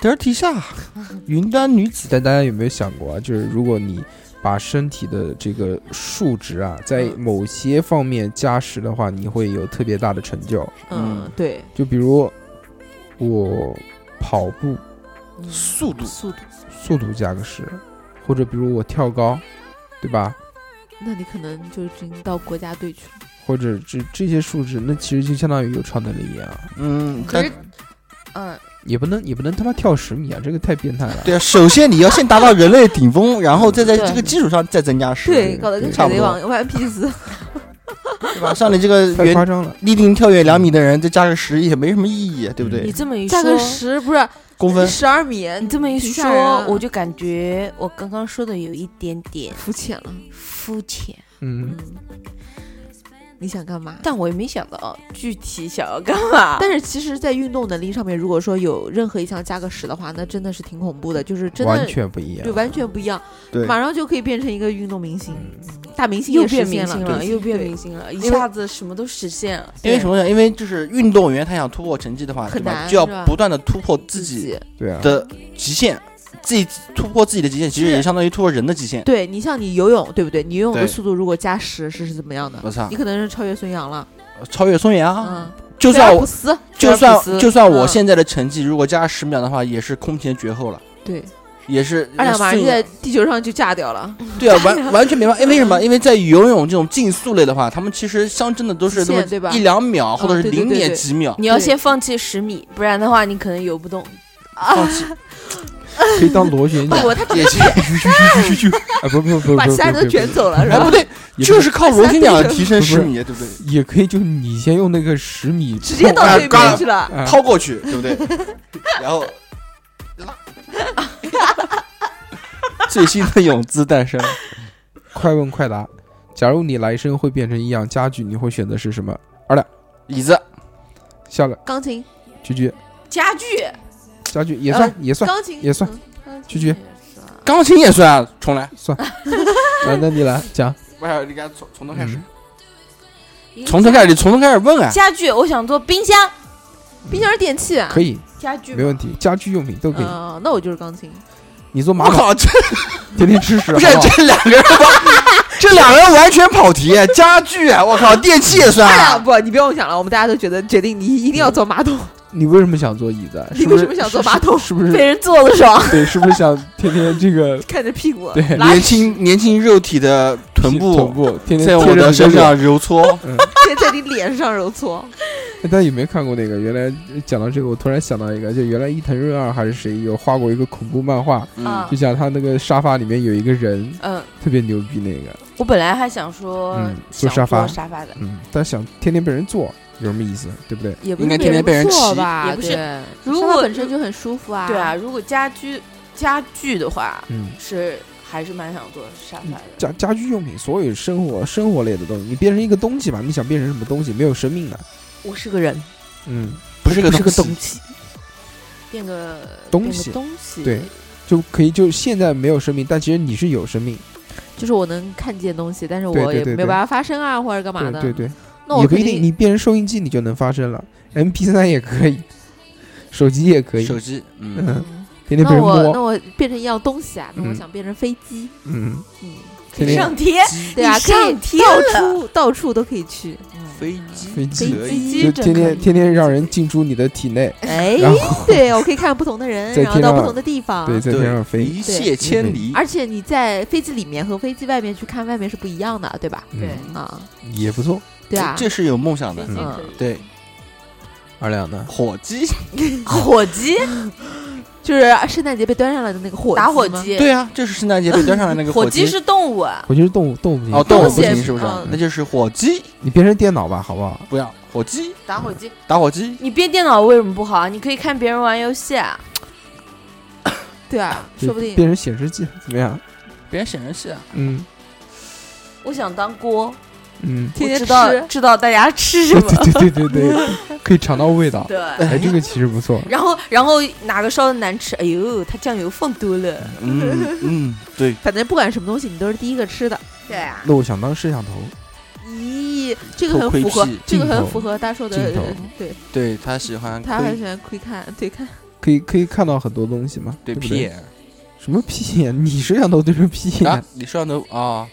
点儿提下， 云端女子
但大家有没有想过啊？就是如果你把身体的这个数值啊，在某些方面加十的话，你会有特别大的成就。
嗯
嗯，
对，
就比如我跑步
嗯
速度
速度。
速度加个十，或者比如我跳高，对吧？
那你可能就已经到国家队去了。
或者这这些数值，那其实就相当于有超能力啊，
嗯，
可
但
是，嗯，
也不能也不能他妈跳十米啊，这个太变态了。
对啊，首先你要先达到人类顶峰，然后再在
对
这个基础上再增加十，
对，搞得跟海
对
差不
贼
多
王 One Piece
对吧？像你 这个
太夸
原
张了，
立定跳远两米的人，再加个十也没什么意义，对不
你
对？
这么一
加
说，嗯
个十不嗯是
公分
十二米，
你这么一
挺吓人啊
说，我就感觉我刚刚说的有一点点
肤浅了。
肤浅，
嗯
嗯，你想干嘛？
但我也没想到啊具体想要干嘛。
但是其实，在运动能力上面，如果说有任何一项加个十的话，那真的是挺恐怖的，就是真的
完全不一样
对。完全不一样，
对，嗯
马上就可以变成一个运动明星，大明星
又
也实
变
现
明星
了，
了，
对
又变
对
明星了，一
为
下子什么都实现了。
因为什么呢？因为就是运动员他想突破成绩的话，
很
对吧？
难
就要
是吧
不断的突破
自
自己
己。
对啊，
的极限，自己突破自己的极限，其实也相当于突破人的极限。
对你像你游泳，对不对？你游泳的
对
速度如果加十，是是怎么样
我
的？
操
你，可能是超越孙杨了，
超越孙杨啊！
嗯，
就
菲尔
算
普
我
斯，
就
菲尔普
算
斯
就算我
嗯
现在的成绩，如果加十秒的话，也是空前绝后了。
对，
也是
二两马上
速
就在地球上就炸掉了，
对啊，完完全没办法，因为什么？因为在游泳这种竞速类的话，他们其实相争的都是
极
那
限
么
对吧嗯
一两秒，或者是
对对
零
对
点
对
几秒，
你要
对
先放弃十米，不然的话你可能游不动。
放
啊
弃
可以当螺旋桨。
我他
也行。
去去去去去去！哎，不不不不，
把其他人都卷走了，是
哎，
吧
不？对，
也不
就是靠螺旋桨
不是
提升
不是
十米，对不对？
也可以，就你先用那个十米
直接到
哎
对
刚
面去了，
啊
掏过去，对不对？然后，最新的泳姿诞生，
快问快答。假如你来生会变成一样家具，你会选择是什么？
椅子
下了，
钢琴，
居居，
家具
家具也算也算
钢琴
也算，
嗯
蛐蛐，
钢琴也算啊，重来。
算。来，那你来讲，
不是，你该从从头开始
嗯，
从头开始，你从头开始问啊。
家具，我想做冰箱
冰 箱是电器啊，
可以，
家具
没问题，家居用品都可以。
嗯，那我就是钢
啊
琴，
你做
我
马桶，
靠，这
天天吃屎，
不是
好不好
这两个人完，这两个人完全跑题。家具，啊我靠，电器也算
哎呀，
啊。
不，你不用想了，我们大家都觉得决定你一定
嗯
要坐马桶，
你为什么想做椅子？
你
是
为
不
什
是
么想坐马桶？
是不是
被人坐的爽。
对？是不是想天天 这个
看着屁股，
对
拉
年轻年轻肉体的臀
臀
部
部天天
在我
贴着
的
你
身
脸
上揉搓，
贴在你脸上揉搓，
嗯哎但也没看过那个。原来呃讲到这个，我突然想到一个，就原来伊藤润二还是谁有画过一个恐怖漫画，
嗯
啊
就讲他那个沙发里面有一个人
嗯，
特别牛逼那个，
我本来还想说
嗯
想
做沙发
沙发的，
嗯，但想天天被人坐有什么意思？对不对？
也不
应该
是
天天被人骑。
坐吧，
也不是
对，
如
沙发
果
本身就很舒服啊，
对啊，，如果家居家具的话，
嗯，
是还是蛮想做沙发的。
家家居用品，所有生活生活类的东西，你变成一个东西吧，你想变成什么东西？没有生命的，
我是个人，
嗯，
不是个
不是个
东
东
西，
变个
东
变个
西
东西
对就可以就现在没有生命，但其实你是有生命，
就是我能看见东西，但是
对
我
对
也
对
没
对
有办法发声啊，或者干嘛
对
的，
对对，
那我
也不
肯
一定，
定
你变成收音机你就能发声了，MP 3也可以，手机也可以，
手机，嗯，
嗯，
嗯
天天
那
被人
我那
摸，
我变成一样东西啊，那我
嗯
想变成飞机，
嗯，
嗯，
天天
上贴，
对啊，
你
可以
上天
到
了
处到处都可以去，
飞机，
飞机
可以
飞
嗯
机
就天天天天让人进出你的体内，
哎
然，
对我可以看不同的人，
在
然后
天
到不
上
同的地方，
对，在天上飞，嗯
一泻千里，
而且你在飞机里面和飞机外面去看外面是不一样的，对吧？
嗯
对，
啊，
也不错。
对啊，
这是有梦想的
飞。机
嗯
可以
对，
二两呢？
火鸡，
火鸡
就是圣诞节被端上来的那个火
打火
吗，
机，
对啊，这是圣诞节被端上来那个
火
鸡
鸡是动物啊，
我觉得动物动物不行
哦，动物
东
不
西也
行
是
是不是
啊
嗯？
那就是火鸡，
你变成电脑吧，好不好？
不要火鸡，
打火机。
打火机。
你编电脑为什么不好啊？你可以看别人玩游戏啊。
对啊，
就
说不定
变成显示器怎么样？
别显 示器啊！
嗯
我想当锅，
嗯，
天
我
天
知道
吃，
知道大家吃什
对
么。
对对对 对，可以尝到味道。
对，
哎，这个其实不错。
然后然后哪个烧的难吃？哎呦，它酱油放多了。
嗯嗯，对，
反正不管什么东西，你都是第一个吃的。
对啊，
那我想当摄像头，
咦，这个
偷
很符
窥
合
屁，
这个
镜头
很符合他说的
镜头，
呃对
对他喜欢
他很
窥
喜欢窥看，对看，
可以可以看到很多东西嘛，对
对
不
屁
对？
眼
什么屁眼？你摄像头对着屁
啊
眼，，
你摄像头 啊，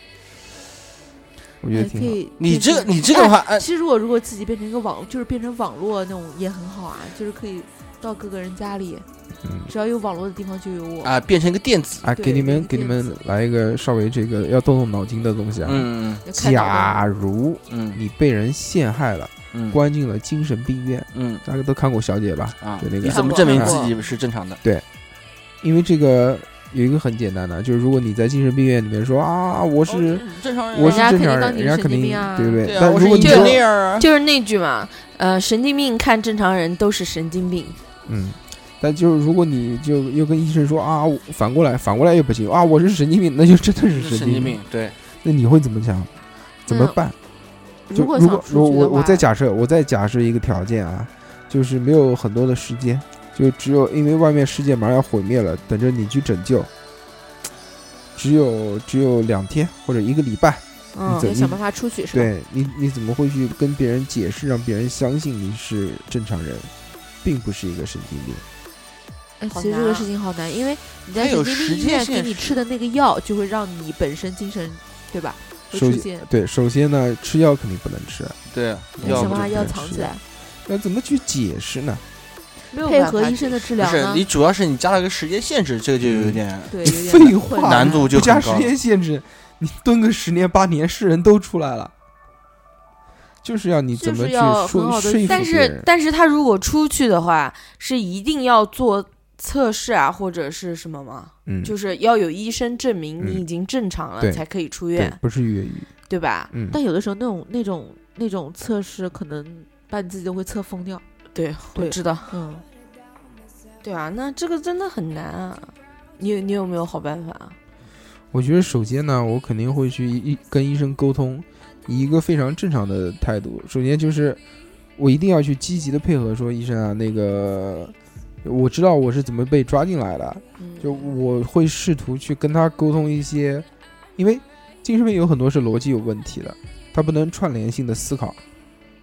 我觉
也
得
可
挺好。
以。
你这个
个，
你这个的话，哎
其实如果如果自己变成一个网，就是变成网络那种也很好啊，就是可以到各个人家里，
嗯，
只要有网络的地方就有我。
啊，变成一个电子，
哎，
对
给你们
有
给你
电
们来一个稍微这个要动动脑筋的东西啊。
嗯
就看到
假
的
如
嗯
你被人陷害了，
嗯
关进了精神病院，
嗯
大家都看过《小姐》吧？
啊，
就那个
你怎么证明自己是正常的？
因为这个有一个很简单的，就是如果你在精神病院里面说啊，我是、
正常人，啊
我
哦人
是
家肯
正
定
常
当
人，
你
人家
是神
肯
经
定、
病啊
对不对？
对啊，
但
我
如
是
果你说
engineer 啊，
就是那句嘛，呃，神经病看正常人都是神经病。
嗯，但就是如果你就又跟医生说啊，我反过来反过来也不行啊，我是神经病，那就真的是
是神
经
经。病，对，
那你会怎么想？怎么
那
办？就
如果
如
想
果
出
如果
局
我
的
我
话
再假设我再假设一个条件啊，就是没有很多的时间，就只有因为外面世界马上要毁灭了，等着你去拯救，只有只有两天或者一个礼拜。
嗯
怎，
要想办法出去是吧？
对你，你怎么会去跟别人解释，让别人相信你是正常人，并不是一个神经病？
哎，
好
其实这
难啊
个事情好难，因为你在
它有
神经
时
病医
间
院
限
给你
制
吃的那个药，就会让你本身精神，对吧？会
首
出
先
现，
对，首先呢，吃药肯定不能吃，
对，
你
要
想
不
办法
就不
要
能
藏
吃
起来。
那怎么去解释呢？
没有
配
办
合
法
医生的治
不
疗
是
呢
你，？主要是你加了个时间限制，这个就有点
对，有点
废话，
困
难度就
不加
很
时
高了。
间限制，你蹲个十年八年，是人都出来了。就是要你怎么
就
去
是要
说
很好
说
地
服别
但是
人，
但是他如果出去的话，是一定要做测试啊，或者是什么吗？
嗯，
就是要有医生证明你
嗯
已经正常了，
对
才可以出
对
院，，
不是越狱，
对吧？
嗯，
但有的时候那种那种那种测试，可能把你自己都会测疯掉。
对，我
对
知道。
嗯，
对啊，那这个真的很难啊。你有你有没有好办法啊？
我觉得首先呢，我肯定会去一跟医生沟通，以一个非常正常的态度。首先就是我一定要去积极的配合，说医生啊，那个我知道我是怎么被抓进来的，
嗯
就我会试图去跟他沟通一些，因为精神病有很多是逻辑有问题的，他不能串联性的思考。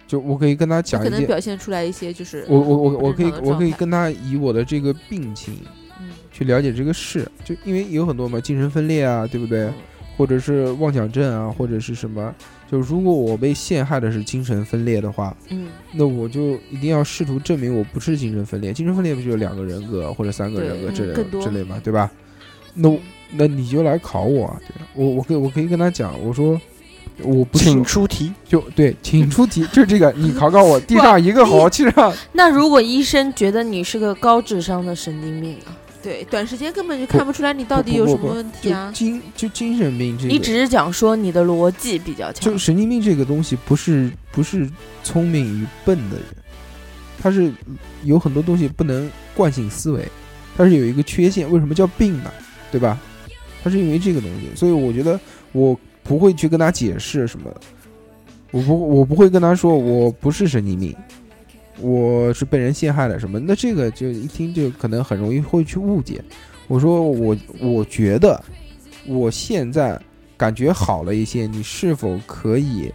就我可以跟他
他
讲
可
一
能
些，
表现出来一些就是
我我我我可以
不正常的
我可以
状态
跟他以我的这个病情
嗯
去了解这个事，就因为有很多嘛，精神分裂啊，对不
嗯
对？或者是妄想症啊，或者是什么？就如果我被陷害的是精神分裂的话，
嗯，
那我就一定要试图证明我不是精神分裂。精神分裂不就有两个人格或者三个人格
对
这
嗯
类
更多嗯
这类嘛，对吧？那我那你就来考我，啊，对吧？我我可以我可以跟他讲，我说我不是
请出题，
就对，请出题，就这个你考 考我，地上一个猴，地上
那如果医生觉得你是个高智商的神经病啊，
对短时间根本就
不
看不出来你到底
不
有
不
什
不
么问题
就
啊。
精就精神病这个，
你只是讲说你的逻辑比较强
就，神经病这个东西，不是不是聪明与笨的人，他是有很多东西不能惯性思维，它是有一个缺陷。为什么叫病呢？对吧？它是因为这个东西，所以我觉得我不会去跟他解释什么的，我不我不会跟他说我不是神经病，我是被人陷害了什么。那这个就一听就可能很容易会去误解。我说我我觉得我现在感觉好了一些，你是否可以？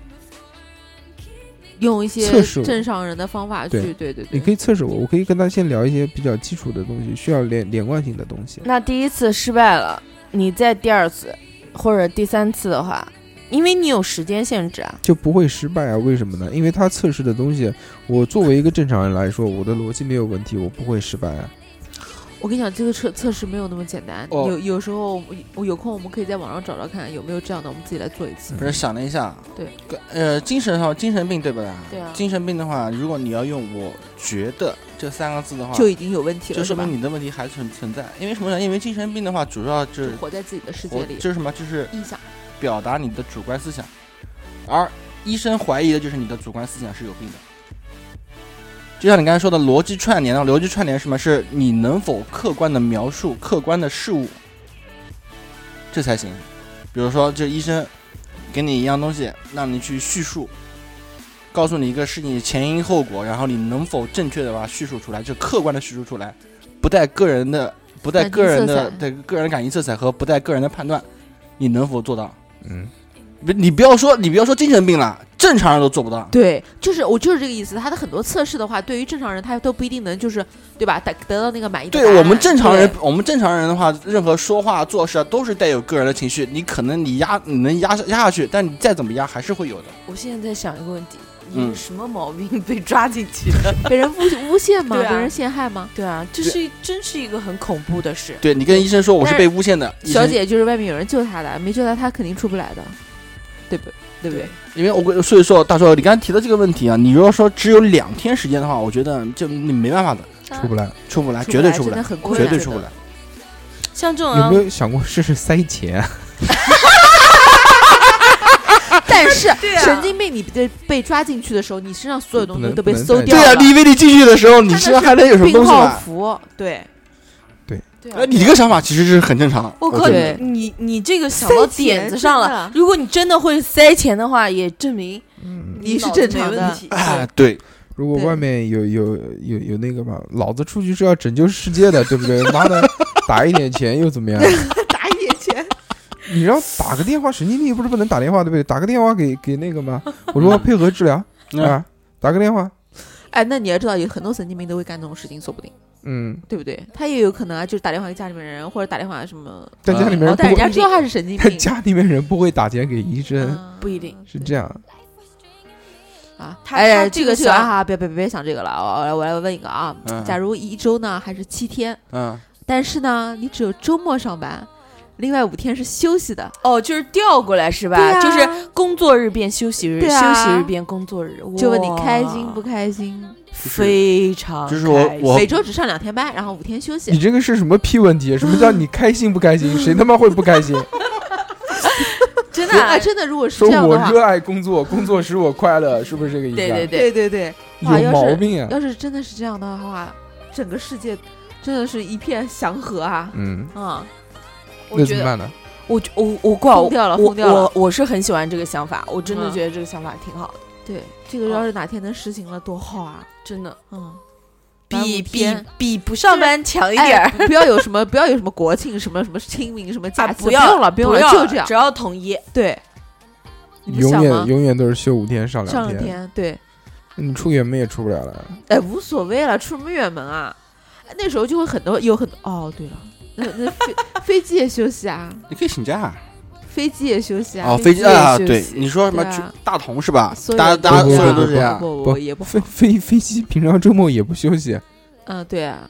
用一些
测试我
正常人的方法去，
对
对对对，
你可
以
以测试我，我可以跟他先聊一些比较基础的东西，需要连连贯性的东西。
那第一次失败了，你再第二次或者第三次的话，因为你有时间限制啊，
就不会失败啊？为什么呢？因为他测试的东西，我作为一个正常人来说，我的逻辑没有问题，我不会失败啊。
我跟你讲，这个测测试没有那么简单。
哦
有有时候我们我有空我们可以在网上找找看有没有这样的，我们自己来做一次。
不是想了一下，
对嗯
跟，呃，精神上精神病对不对？
对啊
精神病的话，如果你要用“我觉得”这三个字的话，
就已经有问题了，
就说
是吧
明？你的问题还存存在。因为什么呢？因为精神病的话，主要
就
就
是活在自己的世
活
界里，
就是什么，就是
臆想。
表达你的主观思想，而医生怀疑的就是你的主观思想是有病的。就像你刚才说的逻辑串联啊，逻辑串联是什么？是你能否客观的描述客观的事物，这才行。比如说，这医生给你一样东西，让你去叙述，告诉你一个事情前因后果，然后你能否正确的把它叙述出来，就客观的叙述出来，不带个人的不带
感情
个人
色
的
彩
对个人感情色彩和不带个人的判断，你能否做到？
嗯，
不，你不要说，你不要说精神病了，正常人都做不到。
对，就是我就是这个意思。他的很多测试的话，对于正常人他都不一定能就是对吧，得得到那个满意的答案。
对我们正常人
哎对，
我们正常人的话，任何说话做事啊，都是带有个人的情绪。你可能你压，你能压压下去，但你再怎么压，还是会有的。
我现在在想一个问题，你
嗯
有什么毛病 被抓进去的？
被人诬诬陷吗？
对啊
被人陷害吗？
对啊，这是真是一个很恐怖的事。
对你跟医生说我是被诬陷的，医生
小，姐就是外面有人救她的，没救她，她肯定出不来的，对不对不对？
因为我跟所以说，大叔，你刚才提的这个问题啊，你如果说只有两天时间的话，我觉得就你没办法的，
出不来。
出不来，
出不
啊绝对
来
出
真
不来
的，很困
绝
难
对
的
出不来。
像这种
有
啊
没，有想过试试塞钱？啊
但是
对啊
神经病，你被被抓进去的时候，你身上所有东
不
西
能
都被
不能
搜
带
掉
对
了。
啊，你以为你进去的时候，你
看
身
的
上
是
还能有什么
病
东西
号
吗？
服，对
对
对啊
哎，你这个想法其实是很正常。
我
觉
靠，
得
对
你你你这个想到
塞钱
点子上
真
了
的。
如果你真的会塞钱的话，也证明
嗯，
你是
脑子
正常
没
的
问题。
哎，对，
如果
对
外面有有有有那个嘛，老子出去是要拯救世界的，对不对？妈的，打一点钱又怎么样？
打一点钱，
你让打个电话，神经病不是不能打电话，对不对？打个电话给给那个嘛，我说配合治疗
嗯
啊，打个电话，
哎，那你要知道，有很多神经病都会干这种事情，说不定，
嗯，
对不对？他也有可能啊，就是打电话给家里面人，或者打电话什么，
但家里面
然
人
后但人
不会
家知道他是 神经病，
家里面人不会打钱给医生，
嗯
不一定
是这样。
啊，
他
哎，
他
这
这
个
个
是
是
啊，别别别别想这个了，我来我来问一个啊，
嗯
假如一周呢还是七天，
嗯，
但是呢你只有周末上班，另外五天是休息的，
哦，就是调过来是吧？
对啊
就是工作日变休息日，
对啊
休息日变工作日。
就问你
哇
开心不？开心？
哦
非常
就是我
开心
我
每 周只上两天班，然后五天休
你
息。
这个是什么屁 问题？什么叫你开心不开心？谁他妈会不开心？
真的啊
哎，真的，如果是
说
这样
我
的话，
热爱工作，工作使我快乐，是不是这个意思
对
啊？
对对，
对对对，哇
有
要
毛
是
病啊！
要是真的是这样的话，整个世界真的是一片祥和啊！
嗯，
啊，
我
那
觉
怎
得
么办呢？
我觉我我挂
疯掉了
我
疯掉了
我我是很喜欢这个想法，我真的
嗯
觉得这个想法挺好的，
对，这个要是哪天能实行了，多好啊！
真的
嗯，
比比
班五天
比不上班强一
哎
点儿。
不要有什么，不要有什么国庆，什么什么清明，什么假
啊，
期，
不
用
了，
了，
不
不用了，
要
就这样
只。要统一。
啊
对，你不
永
想吗
远？永远都是休五天上
上
两
两天，对，
你出远门也出不了了。
哎，无所谓了，出什么远门啊？哎那时候就会很多，有很多。哦，对了，那那飞 飞机也休息啊，
你可以请假啊。
飞机也休息啊。
哦，
飞
机啊，
也休
对
息，
你说什么
对啊
去大同是吧
所？有
大家
的
大家
不
所
不
有人都
不
这
不
样。
不
不
不也不好
飞。飞飞机平常周末也不休息，
嗯，对啊。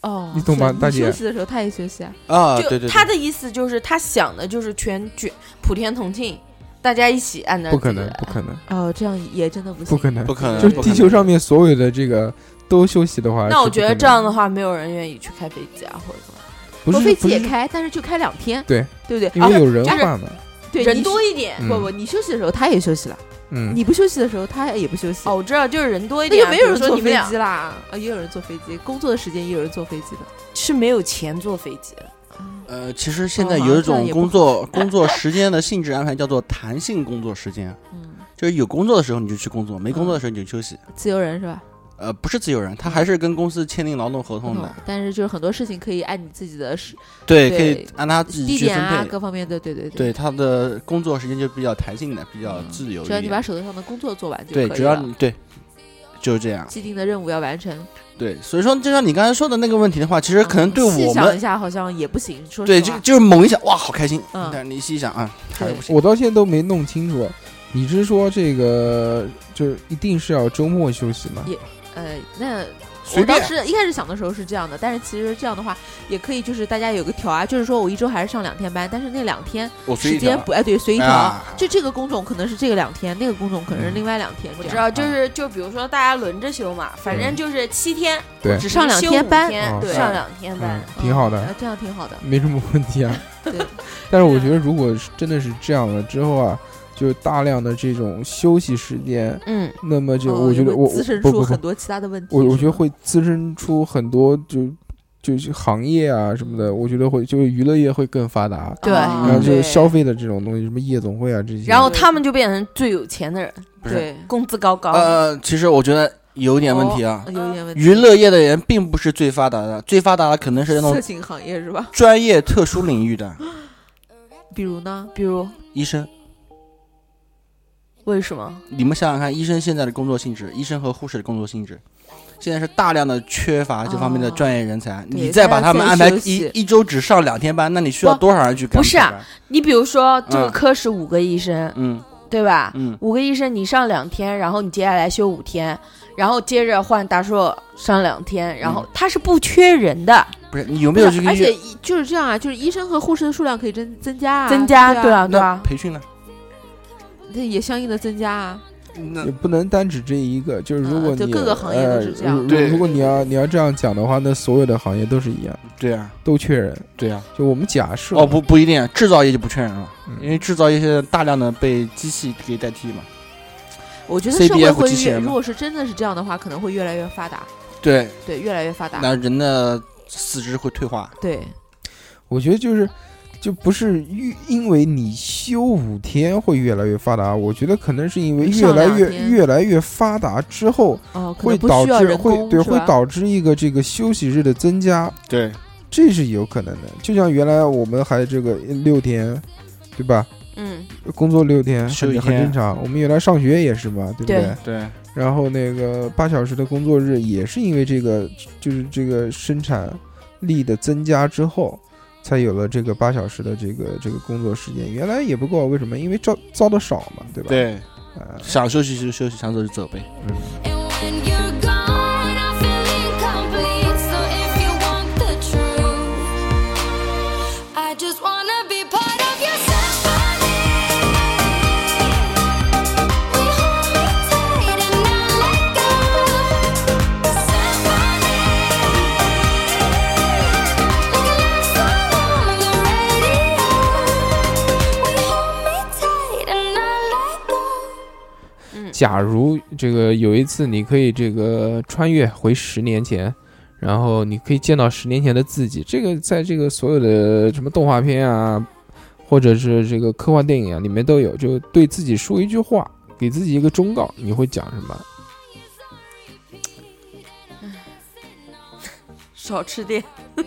哦，
你懂吧
是你
大姐
休息的时候他也休息啊。
啊，
就
对对，
他
对
的意思就是他想的就是全卷普天同庆，大家一起按照
不可
自己
能，
的
不可能，
哦，这样也真的不
不
行。
可能
不。可
嗯
能，
就
不可
地
能
球上面所有的这个都休息的话，
那我
是不
觉得
可能
这样的话，没有人愿意去开飞机啊，或者什么，
不
我
是
飞机
不
也
是
开，但是就开两天。
对，
对不对？
因为
而
有人
就是
换嘛。
对
人
你
多一点。
嗯
不不，你休息的时候他也休息了，
嗯，
你不休息的时候他也不休息。
哦，，我知道，就是人多一
那
点
就
啊，
没有人
比如说
坐
你们
飞
俩
机啦，啊，也有人坐飞机，工作的时间也有人坐飞机的。
是没有钱坐飞机的。
呃，其实现
哦
在
好
有一
像这样
种
也不
工作工作时间的性质安排叫做弹性工作时间，
嗯，
就是有工作的时候你就去工作，没工作的时候你就休息。
自由人是吧？
呃，不是自由人，他还是跟公司签订劳动合同
嗯
的，
但是就是很多事情可以按你自己的时
对，
对
可以按他自己
地
去
点
分
啊，
配。
各方面的，对对
对，他的工作时间就比较弹性的，比较
嗯
自由一
只要你
点
把。手头上的工作做完就可以
对，
了。
只要你对，就是这样。
既定的任务要完成。
对，所以说就像你刚才说的那个问题的话，其实可能对
嗯细
我
想
们
一下好像也不行，说
对，
实
就
话
就是猛一想，哇，好开心！
嗯
但是你细想啊，还是不行。
我到现在都没弄清楚，你是说这个就是一定是要周末休息吗？
呃，那
随
我当
便
时一开始想的时候是这样的，但是其实这样的话也可以，就是大家有个调啊，就是说我一周还是上两天班，但是那两天
我随
时
意调
间
啊
不哎对随意调，
啊
就这个工种可能是这个两天，那个工种可能是
嗯
另外两天，
我
这
知
样。
道，就是就比如说大家轮着休嘛，反正就是七嗯天，
对
我只是
上两
休
天
五
班
哦
对，
是
上两天班
嗯，，挺好的
嗯，，这样挺好的。
没什么问题啊。
对，
但是我觉得如果是真的是这样了之后啊，就是大量的这种休息时间，
嗯，
那么就
哦
我觉得
也会
我
滋生
不
出
不不
很，多其他的问题。
我我
是
觉得
吗
会滋生出很多就就是行业啊什么的，我觉得会就是娱乐业会更发达，
对嗯
啊
然后就是
对
消费的这种东西，什么夜总会啊这些，
然后他们就变成最有钱的人，
不是
对
工资高高。
呃，其实我觉得有点问题啊。
呃有一点问题。
娱乐业的人并不是最发达的，最发达的可能是那
色
种
情行业是吧？
专业特殊领域的
比如呢？
比如
医生。
为什么？
你们想想看，医生现在的工作性质，医生和护士的工作性质，现在是大量的缺乏这方面的
哦
专业人才。
对
你再把他们安排
大家在
一
休息
一周只上两天班，那你需要
不
多少人去干？
不是啊，你比如说这个
嗯
科室五个医生，
嗯
对吧？
嗯，
五个医生，你上两天，然后你接下来休五天，然后接着换达硕上两天，然后他是不缺人的，
不是你有
不
没
是
有去跟
而
医院
且一就是这样啊，就是医生和护士的数量可以增增加啊，
增加，
对啊，
啊，对
那
啊，
培训呢？
那也相应的增加啊。
那
也不能单指这一个，就是如
嗯
果
就
你
各个行业都是这样
呃如
对
如果你要你要这样讲的话，那所有的行业都是一样，
对啊，
都缺人。
对啊。
就我们假设
哦，不不一定，制造业就不缺人了，
嗯
因为制造业现在大量的被机器给代替嘛。
我觉得
CBF
社会会
机器
越，
人嘛
如果是真的是这样的话，可能会越来越发达，
对，
对，越来越发达，
那人的四肢会退化。
对，
我觉得就是，就不是因因为你休五天会越来越发达，我觉得可能是因为越
嗯上
来
两
越
天
越来越发达之后，
哦，可
会
能不
导
需要
致
人
会
工，
对
是
会
吧
导致一个这个休息日的增加，
对，
这是有可能的。就像原来我们还这个六天，对吧？
嗯，
工作六天
休
很
一
很
天
正常。我们原来上学也是嘛，对不
对
对，
然后那个八小时的工作日也是因为这个，就是这个生产力的增加之后，才有了这个八小时的这个这个工作时间。原来也不够，为什么？因为招招的少嘛，对吧？。哎
对，
呃
想休息就休息，想走就走呗。
And when you're gone, I feel incomplete. So if you want the truth, I just wanna be part of your symphony. We hold tight and not let go. Symphony, like a love song on the radio. We hold me tight and not let go.
假如这个有一次你可以这个穿越回十年前，然后你可以见到十年前的自己，这个在这个所有的什么动画片啊，或者是这个科幻电影啊里面都有，就对自己说一句话，给自己一个忠告，你会讲什么？
少吃点。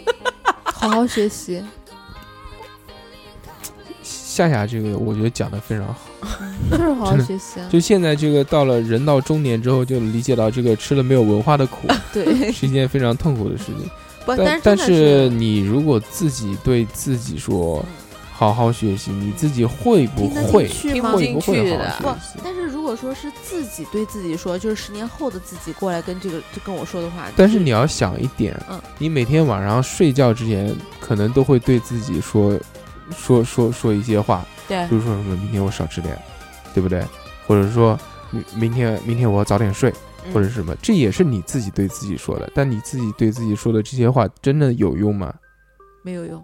好好学 习。
夏夏这个我觉得讲的非常好，
就是好
真
好
的
学习啊。
就现在这个到了人到中年之后，就理解到这个吃了没有文化的苦
对，
是一件非常痛苦的事情。
不，
但
哦是真的
是你如果自己对自己说好好学习，你自己会不
听得进
会
去
听
吗
不？
会
进
不会
去
好
的
好学习？
但是如果说是自己对自己说，就是十年后的自己过来跟这个就跟我说的话，
但是你要想一点
嗯，
你每天晚上睡觉之前，可能都会对自己说说说说一些话，
对
比如说什么明天我少吃点，对不对？或者说明明天明天我要早点睡，或者是什么，这也是你自己对自己说的。但你自己对自己说的这些话，真的有用吗？
没有用。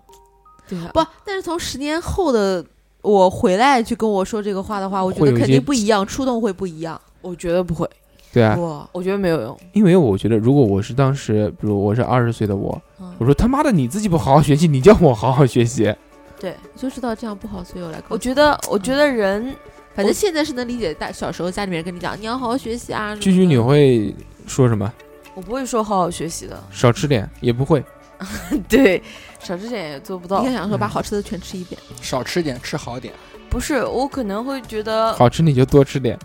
对啊，
不，但是从十年后的我回来去跟我说这个话的话，我觉
会
得
有一
肯
些
定不一样，触动会不一样。
我觉得不会，
对啊，
哇，
我觉得没有用。
因为我觉得，如果我是当时，比如我是二十岁的我，
嗯
我说他妈的你自己不好好学习，你叫我好好学习，
对，
我就知道这样不好，所以我来告诉
我
你。
觉得，我觉得人
反正现在是能理解大小时候家里面跟你讲，你要好好学习啊。
居居你会说什么？
我不会说好好学习的，
少吃点也不会，
对，少吃点也做不
应
到
该。想说把
嗯
好吃的全吃一遍。
少吃点，吃好点。
不是，我可能会觉得，
好吃你就多吃点。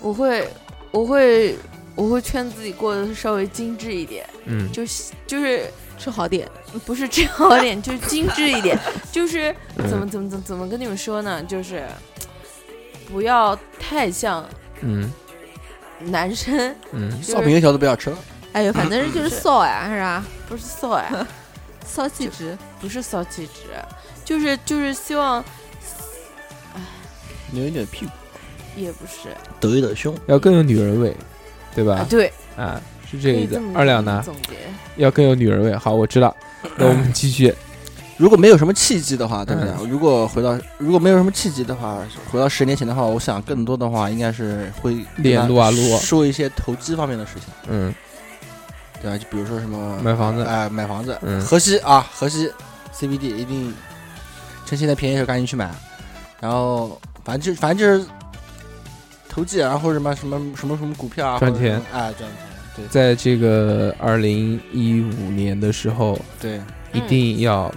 我会，我会，我会劝自己过得稍微精致一点，
嗯，
就是就是
吃好点，
不是吃好一点，就是 精致一点，就是
嗯
怎么怎么怎么怎么跟你们说呢？就是不要太像
嗯
男生，
嗯，
就是
烧饼油条都不要吃了，
哎呦，反正就是骚呀，是吧？
不是骚哎，
骚气质，
不是骚气质，就是就是希望
扭一扭屁股，
也不是
啊
抖一抖胸。
要更有女人味，对
啊
吧，？
对，
啊，是
可
这个
以
意
这
思
么。
二两呢？
总结，
要更有女人味。好，我知道。那我们继续。
如果没有什么契机的话，对不对？如果回到如果没有什么契机的话，回到十年前的话，我想更多的话应该是会
练
跟他
撸啊撸啊
说一些投机方面的事情，
嗯，
对吧？啊就比如说什么
买房子。
哎、买房子，
嗯
河西啊，河西 CBD 一定趁现在便宜的时候赶紧去买，然后反正就反正就是投机啊，或者什么什么什么什么股票啊，
赚
或者什么
钱
哎，赚钱，对
在这个二零一五年的时候，
对，
一定要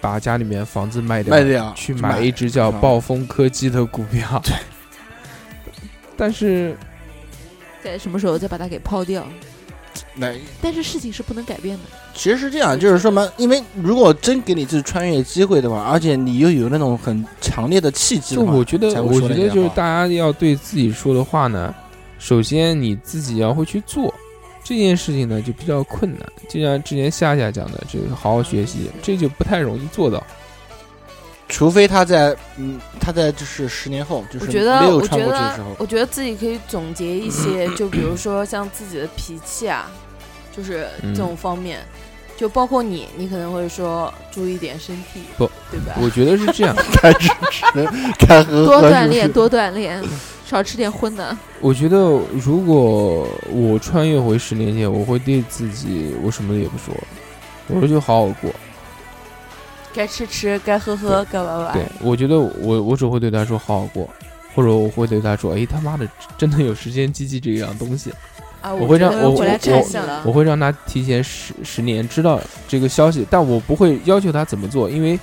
把家里面房子卖掉，
卖掉
去
去
买
买
一只叫
嗯
暴风科技的股票。对， 但是
在什么时候再把它给抛掉？
那
但是事情是不能改变的，
其实是这样，就是说嘛，因为如果真给你这穿越机会的话，而且你又有那种很强烈的契机
就
的话，
我觉得
才，会
我觉
说那
得
些
就是
话
大家要对自己说的话呢，首先你自己要会去做这件事情呢，就比较困难。就像之前夏夏讲的，这个好好学习，这就不太容易做到。
除非他在嗯，他在就是十年后，就是
我觉得
没，有
我
穿
觉
过去的时
得
候，，
我觉得自己可以总结一些，就比如说像自己的脾气啊，就是
嗯
这种方面，就包括你，你可能会说注意点身体，
不，
对吧？
我觉得是这样，
开始只能开
呃
喝
多
喝
锻
是不
炼，
是
多锻炼，少吃点荤的。
我觉得如果我穿越回十年前，我会对自己，我什么也不说，我说就好好过。
该吃吃，该喝喝，该玩玩
啊
对。，我觉得我我只会对他说好好过，或者我会对他说，哎他妈的，真的有时间机器这样东西，
啊，
我会
觉
让
得
我
回
我
来
我
看一下了。
我会让他提前十十年知道这个消息，但我不会要求他怎么做，因为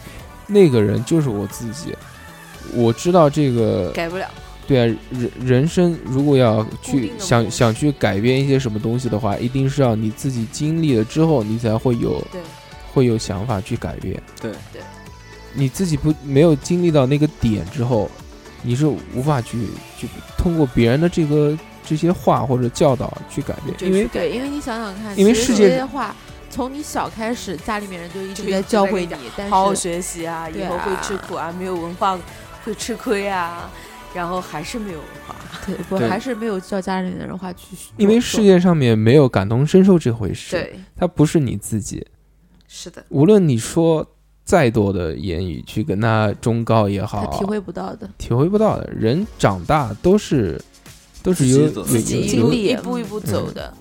那个人就是我自己，我知道这个
改不了，
对啊，人人生如果要去
定的模
想
式
想去改变一些什么东西的话，一定是要你自己经历了之后，你才会有
对
会有想法去改变。
对
对，
你自己不没有经历到那个点之后，你是无法去去通过别人的这个这些话或者教导去改变，
就
因为
是
对，因为你想想看，
因为
其实
世界
这些话从你小开始，家里面人就一
就
直
一
在
直
教
在跟
会
你
你
讲，
但
好好
是
学习啊，以
对
后会吃
啊
苦啊，没有文化会吃亏啊，然后还是没有文化。
对不
对
还是没有照家里人的话去做。
因为世界上面没有感同身受这回事，
对，
它不是你自己，
是的，
无论你说再多的言语去跟他忠告也
做
好，
他体会不到的，
体会不到的。人长大都是都是有
自己走
有
自
有
己
有
一
经
路
历
一步一步走
嗯
的，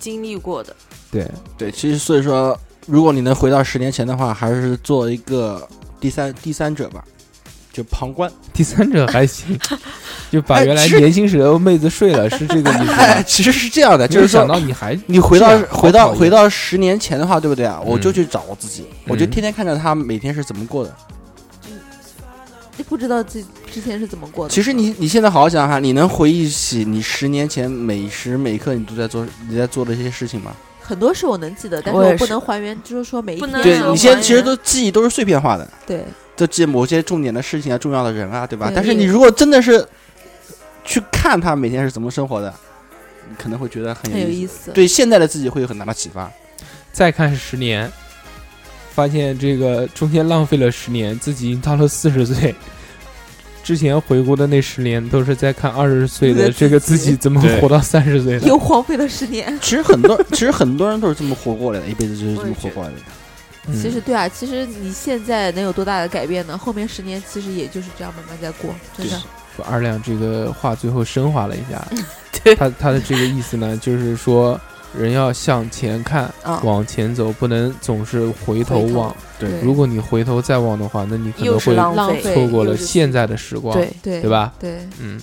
经历过的，
对
对，其实所以说，如果你能回到十年前的话，还是做一个第三第三者吧，就旁观。
第三者还行，就把
哎
原来
是
年轻时候妹子睡了，是这个意思
哎，
吗？
其实是这样的，
没
就
有
是说
想，到你还
你回到
是啊
回
好
到
讨厌
回到十年前的话，对不对啊？我
嗯
就去找我自己，我就
嗯
天天看着他每天是怎么过的。
你不知道自己之前是怎么过的。
其实你你现在好好想想，你能回忆起你十年前每时每刻你都在做你在做的这些事情吗？
很多是我能记得，但是
我也
我不
是
能还原，就是说每一
不
天
能
对
嗯
你
我
现在
还
其实
原
都记忆都是碎片化的，
对
都记某些重点的事情啊、重要的人啊，对吧？
对
但是你
也
如果真的是去看他每天是怎么生活的，你可能会觉得
嗯
很
很有
有
意
思。
思。
对现在的自己会有很大的启 发，
再看十年，发现这个中间浪费了十年，自己已经到了四十岁。之前回顾的那十年，都是在看二十岁的这个自己怎么
对
活到三十岁的。
又荒废了十年。
其实很多，其实很多人都是这么活过来的，一辈子就是这么活过来的。
嗯
其实对啊，其实你现在能有多大的改变呢？后面十年其实也就是这样慢慢在过，真的。
二亮这个话最后升华了一下，
对
他他的这个意思呢，就是说人要向前看，
啊
嗯
往前走，不能总是回头
回头
望。
对
对
如果你回头再望的话，那你可能
又是
会
浪
浪
费，
费
错过了
又是
现在的时光，
对，
对
对？吧？
对，
嗯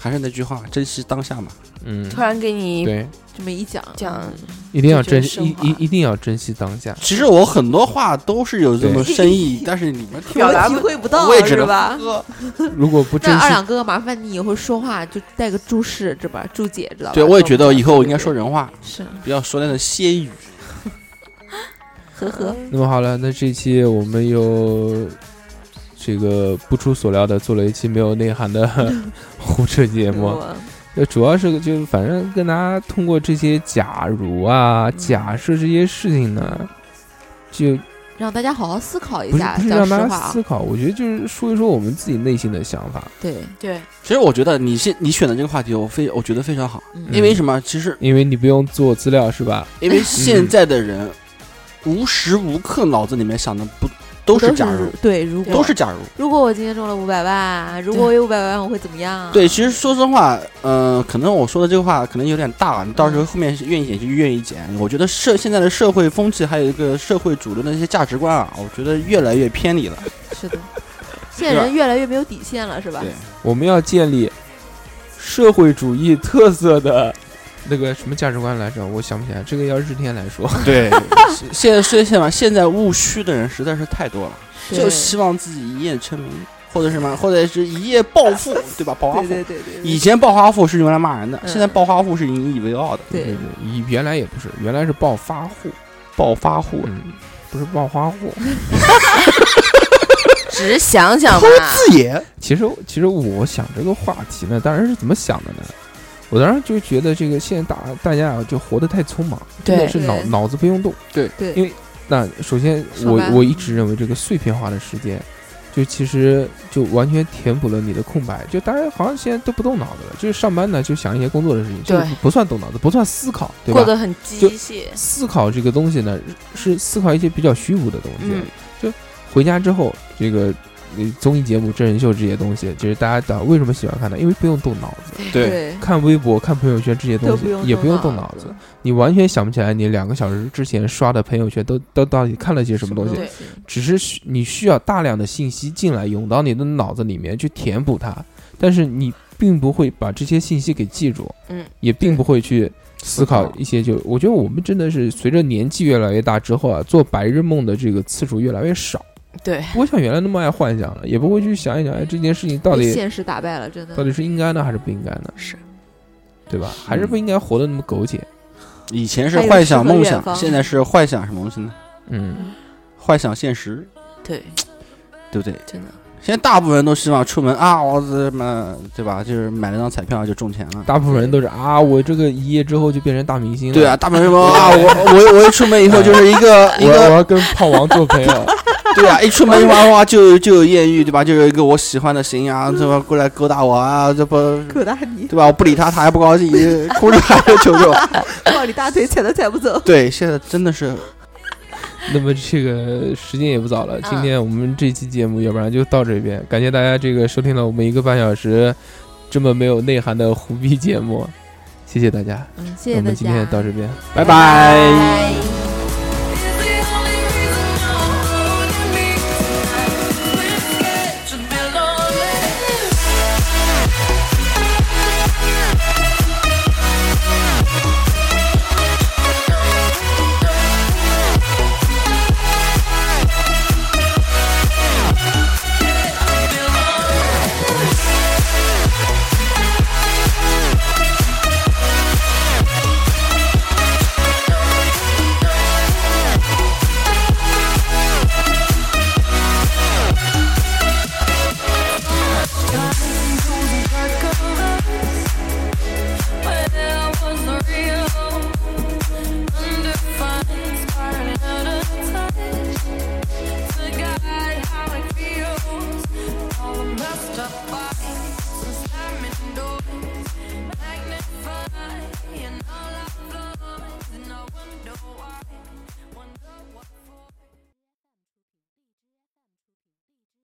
还是那句话，珍惜当下嘛。
嗯，
突然给你
对，
这么一讲，
讲
一定要
就觉得
珍惜，
升
一
华
一一定要珍惜当下。
其实我很多话都是有这么
对
深意，但是你们听
表达
不
我
到
体
不
会不到
我也只
是
能
吧？
喝。
如果不
嗯
珍
那二
惜，
两哥哥，麻烦你以后说话就带个注释，知道吧？注解，知道吧？
对，我也觉
这
得
种
以后我应该说人话，
是，
不要说那种歇语。
呵呵，
那么好了，那这期我们又这个不出所料的做了一期没有内涵的 胡扯节目。
我
呃，主要是就是反正跟大家通过这些假如啊、
嗯
假设这些事情呢，就
让大家好好思考一
不是
下，
不是
讲
让
实
大
话
家
啊
思，考，我觉得就是说一说我们自己内心的想法，
对，
对
其实我觉得你现你选的这个话题，我非我觉得非常好，
嗯
因为什么？其实
因为你不用做资料是吧？
因为现在的人无时无刻脑子里面想的不都是假如，
对，如果
都是假如。
如果我今天中了五百万，如果我有五百万，我会怎么样？啊
对，其实说实话，嗯、可能我说的这个话可能有点大，你到时候后面是愿意减就愿意减。我觉得社现在的社会风气，还有一个社会主流的一些价值观啊，我觉得越来越偏离了。
是的，现在人越来越没有底线了，是吧？
对
我们要建立社会主义特色的那个什么价值观来着？我想不起来，这个要日天来说。
对，现在现在嘛，现在务虚的人实在是太多了，
对
就希望自己一夜成名，或者什么，或者是一夜暴富，对吧？暴发
嗯对
户
对。对对，
以前暴发户是用来骂人的，
嗯
现在暴发户是引以为傲的。
对，
以原来也不是，原来是暴发户，
暴发户
嗯，不是暴发户。
只想想吧
偷，字眼，
其实，其实我想这个话题呢，当然是怎么想的呢？我当时就觉得这个现在大大家啊，就活得太匆忙，真的
对
是脑
对
脑子不用动。
对
因为那首先
上
我，
班
我一直认为这个碎片化的时间，就其实就完全填补了你的空白。就大家好像现在都不动脑子了，就是上班呢就想一些工作的事情，这个
对
不算动脑子，不算思考，对
过
吧？
得很机
就
械，
思考这个东西呢，是思考一些比较虚无的东西。
嗯
回家之后，这个呃综艺节目、真人秀这些东西，其实大家到为什么喜欢看呢？因为不用动脑子，
对，
对
看微博、看朋友圈这些东
都
西
不用
也不用动
动
脑子
子，，
你完全想不起来你两个小时之前刷的朋友圈都都到底看了些什么东西
对，
只是需你需要大量的信息进来涌到你的脑子里面去填补它，但是你并不会把这些信息给记住，
嗯，
也并不会去。思考
考
一些就，我觉得我们真的是随着年纪越来越大之后啊，做白日梦的这个次数越来越少。
对
不会像原来那么爱幻想了，也不会去想一想，哎，这件事情到
被
底
现实打败了，真的
到。底是应该呢，还是不应该呢？
是，
对吧？还是不应该活得那么苟且。
以前是
还有
幻
诗和
想梦
远
想，
方
现在是幻想什么东西呢？
嗯，
幻想现实，
对，
对不对？
真的
现在大部分人都希望出门啊，我怎么对吧？就是买了张彩票就中钱了。
大部分人都是啊，我这个一夜之后就变成大明星了。
对啊，，大部分人说啊，我我我一出门以 后就是一个一
我我
个
要跟炮王做朋友。
对啊，一出门的话哇就就有艳遇对吧？就有一个我喜欢的型啊，对吧？过来勾搭我啊，这不
可大你，
对吧？我不理他，他还不高兴，哭着喊着 求救。
抱你大腿踩都踩不走。
对，现在真的是
那么这个时间也不早了，今
嗯
天我们这期节目要不然就到这边，感谢大家这个收听了我们一个半小时这么没有内涵的胡逼节目，谢谢大家，
嗯，谢
我们今天到这边。
拜拜
拜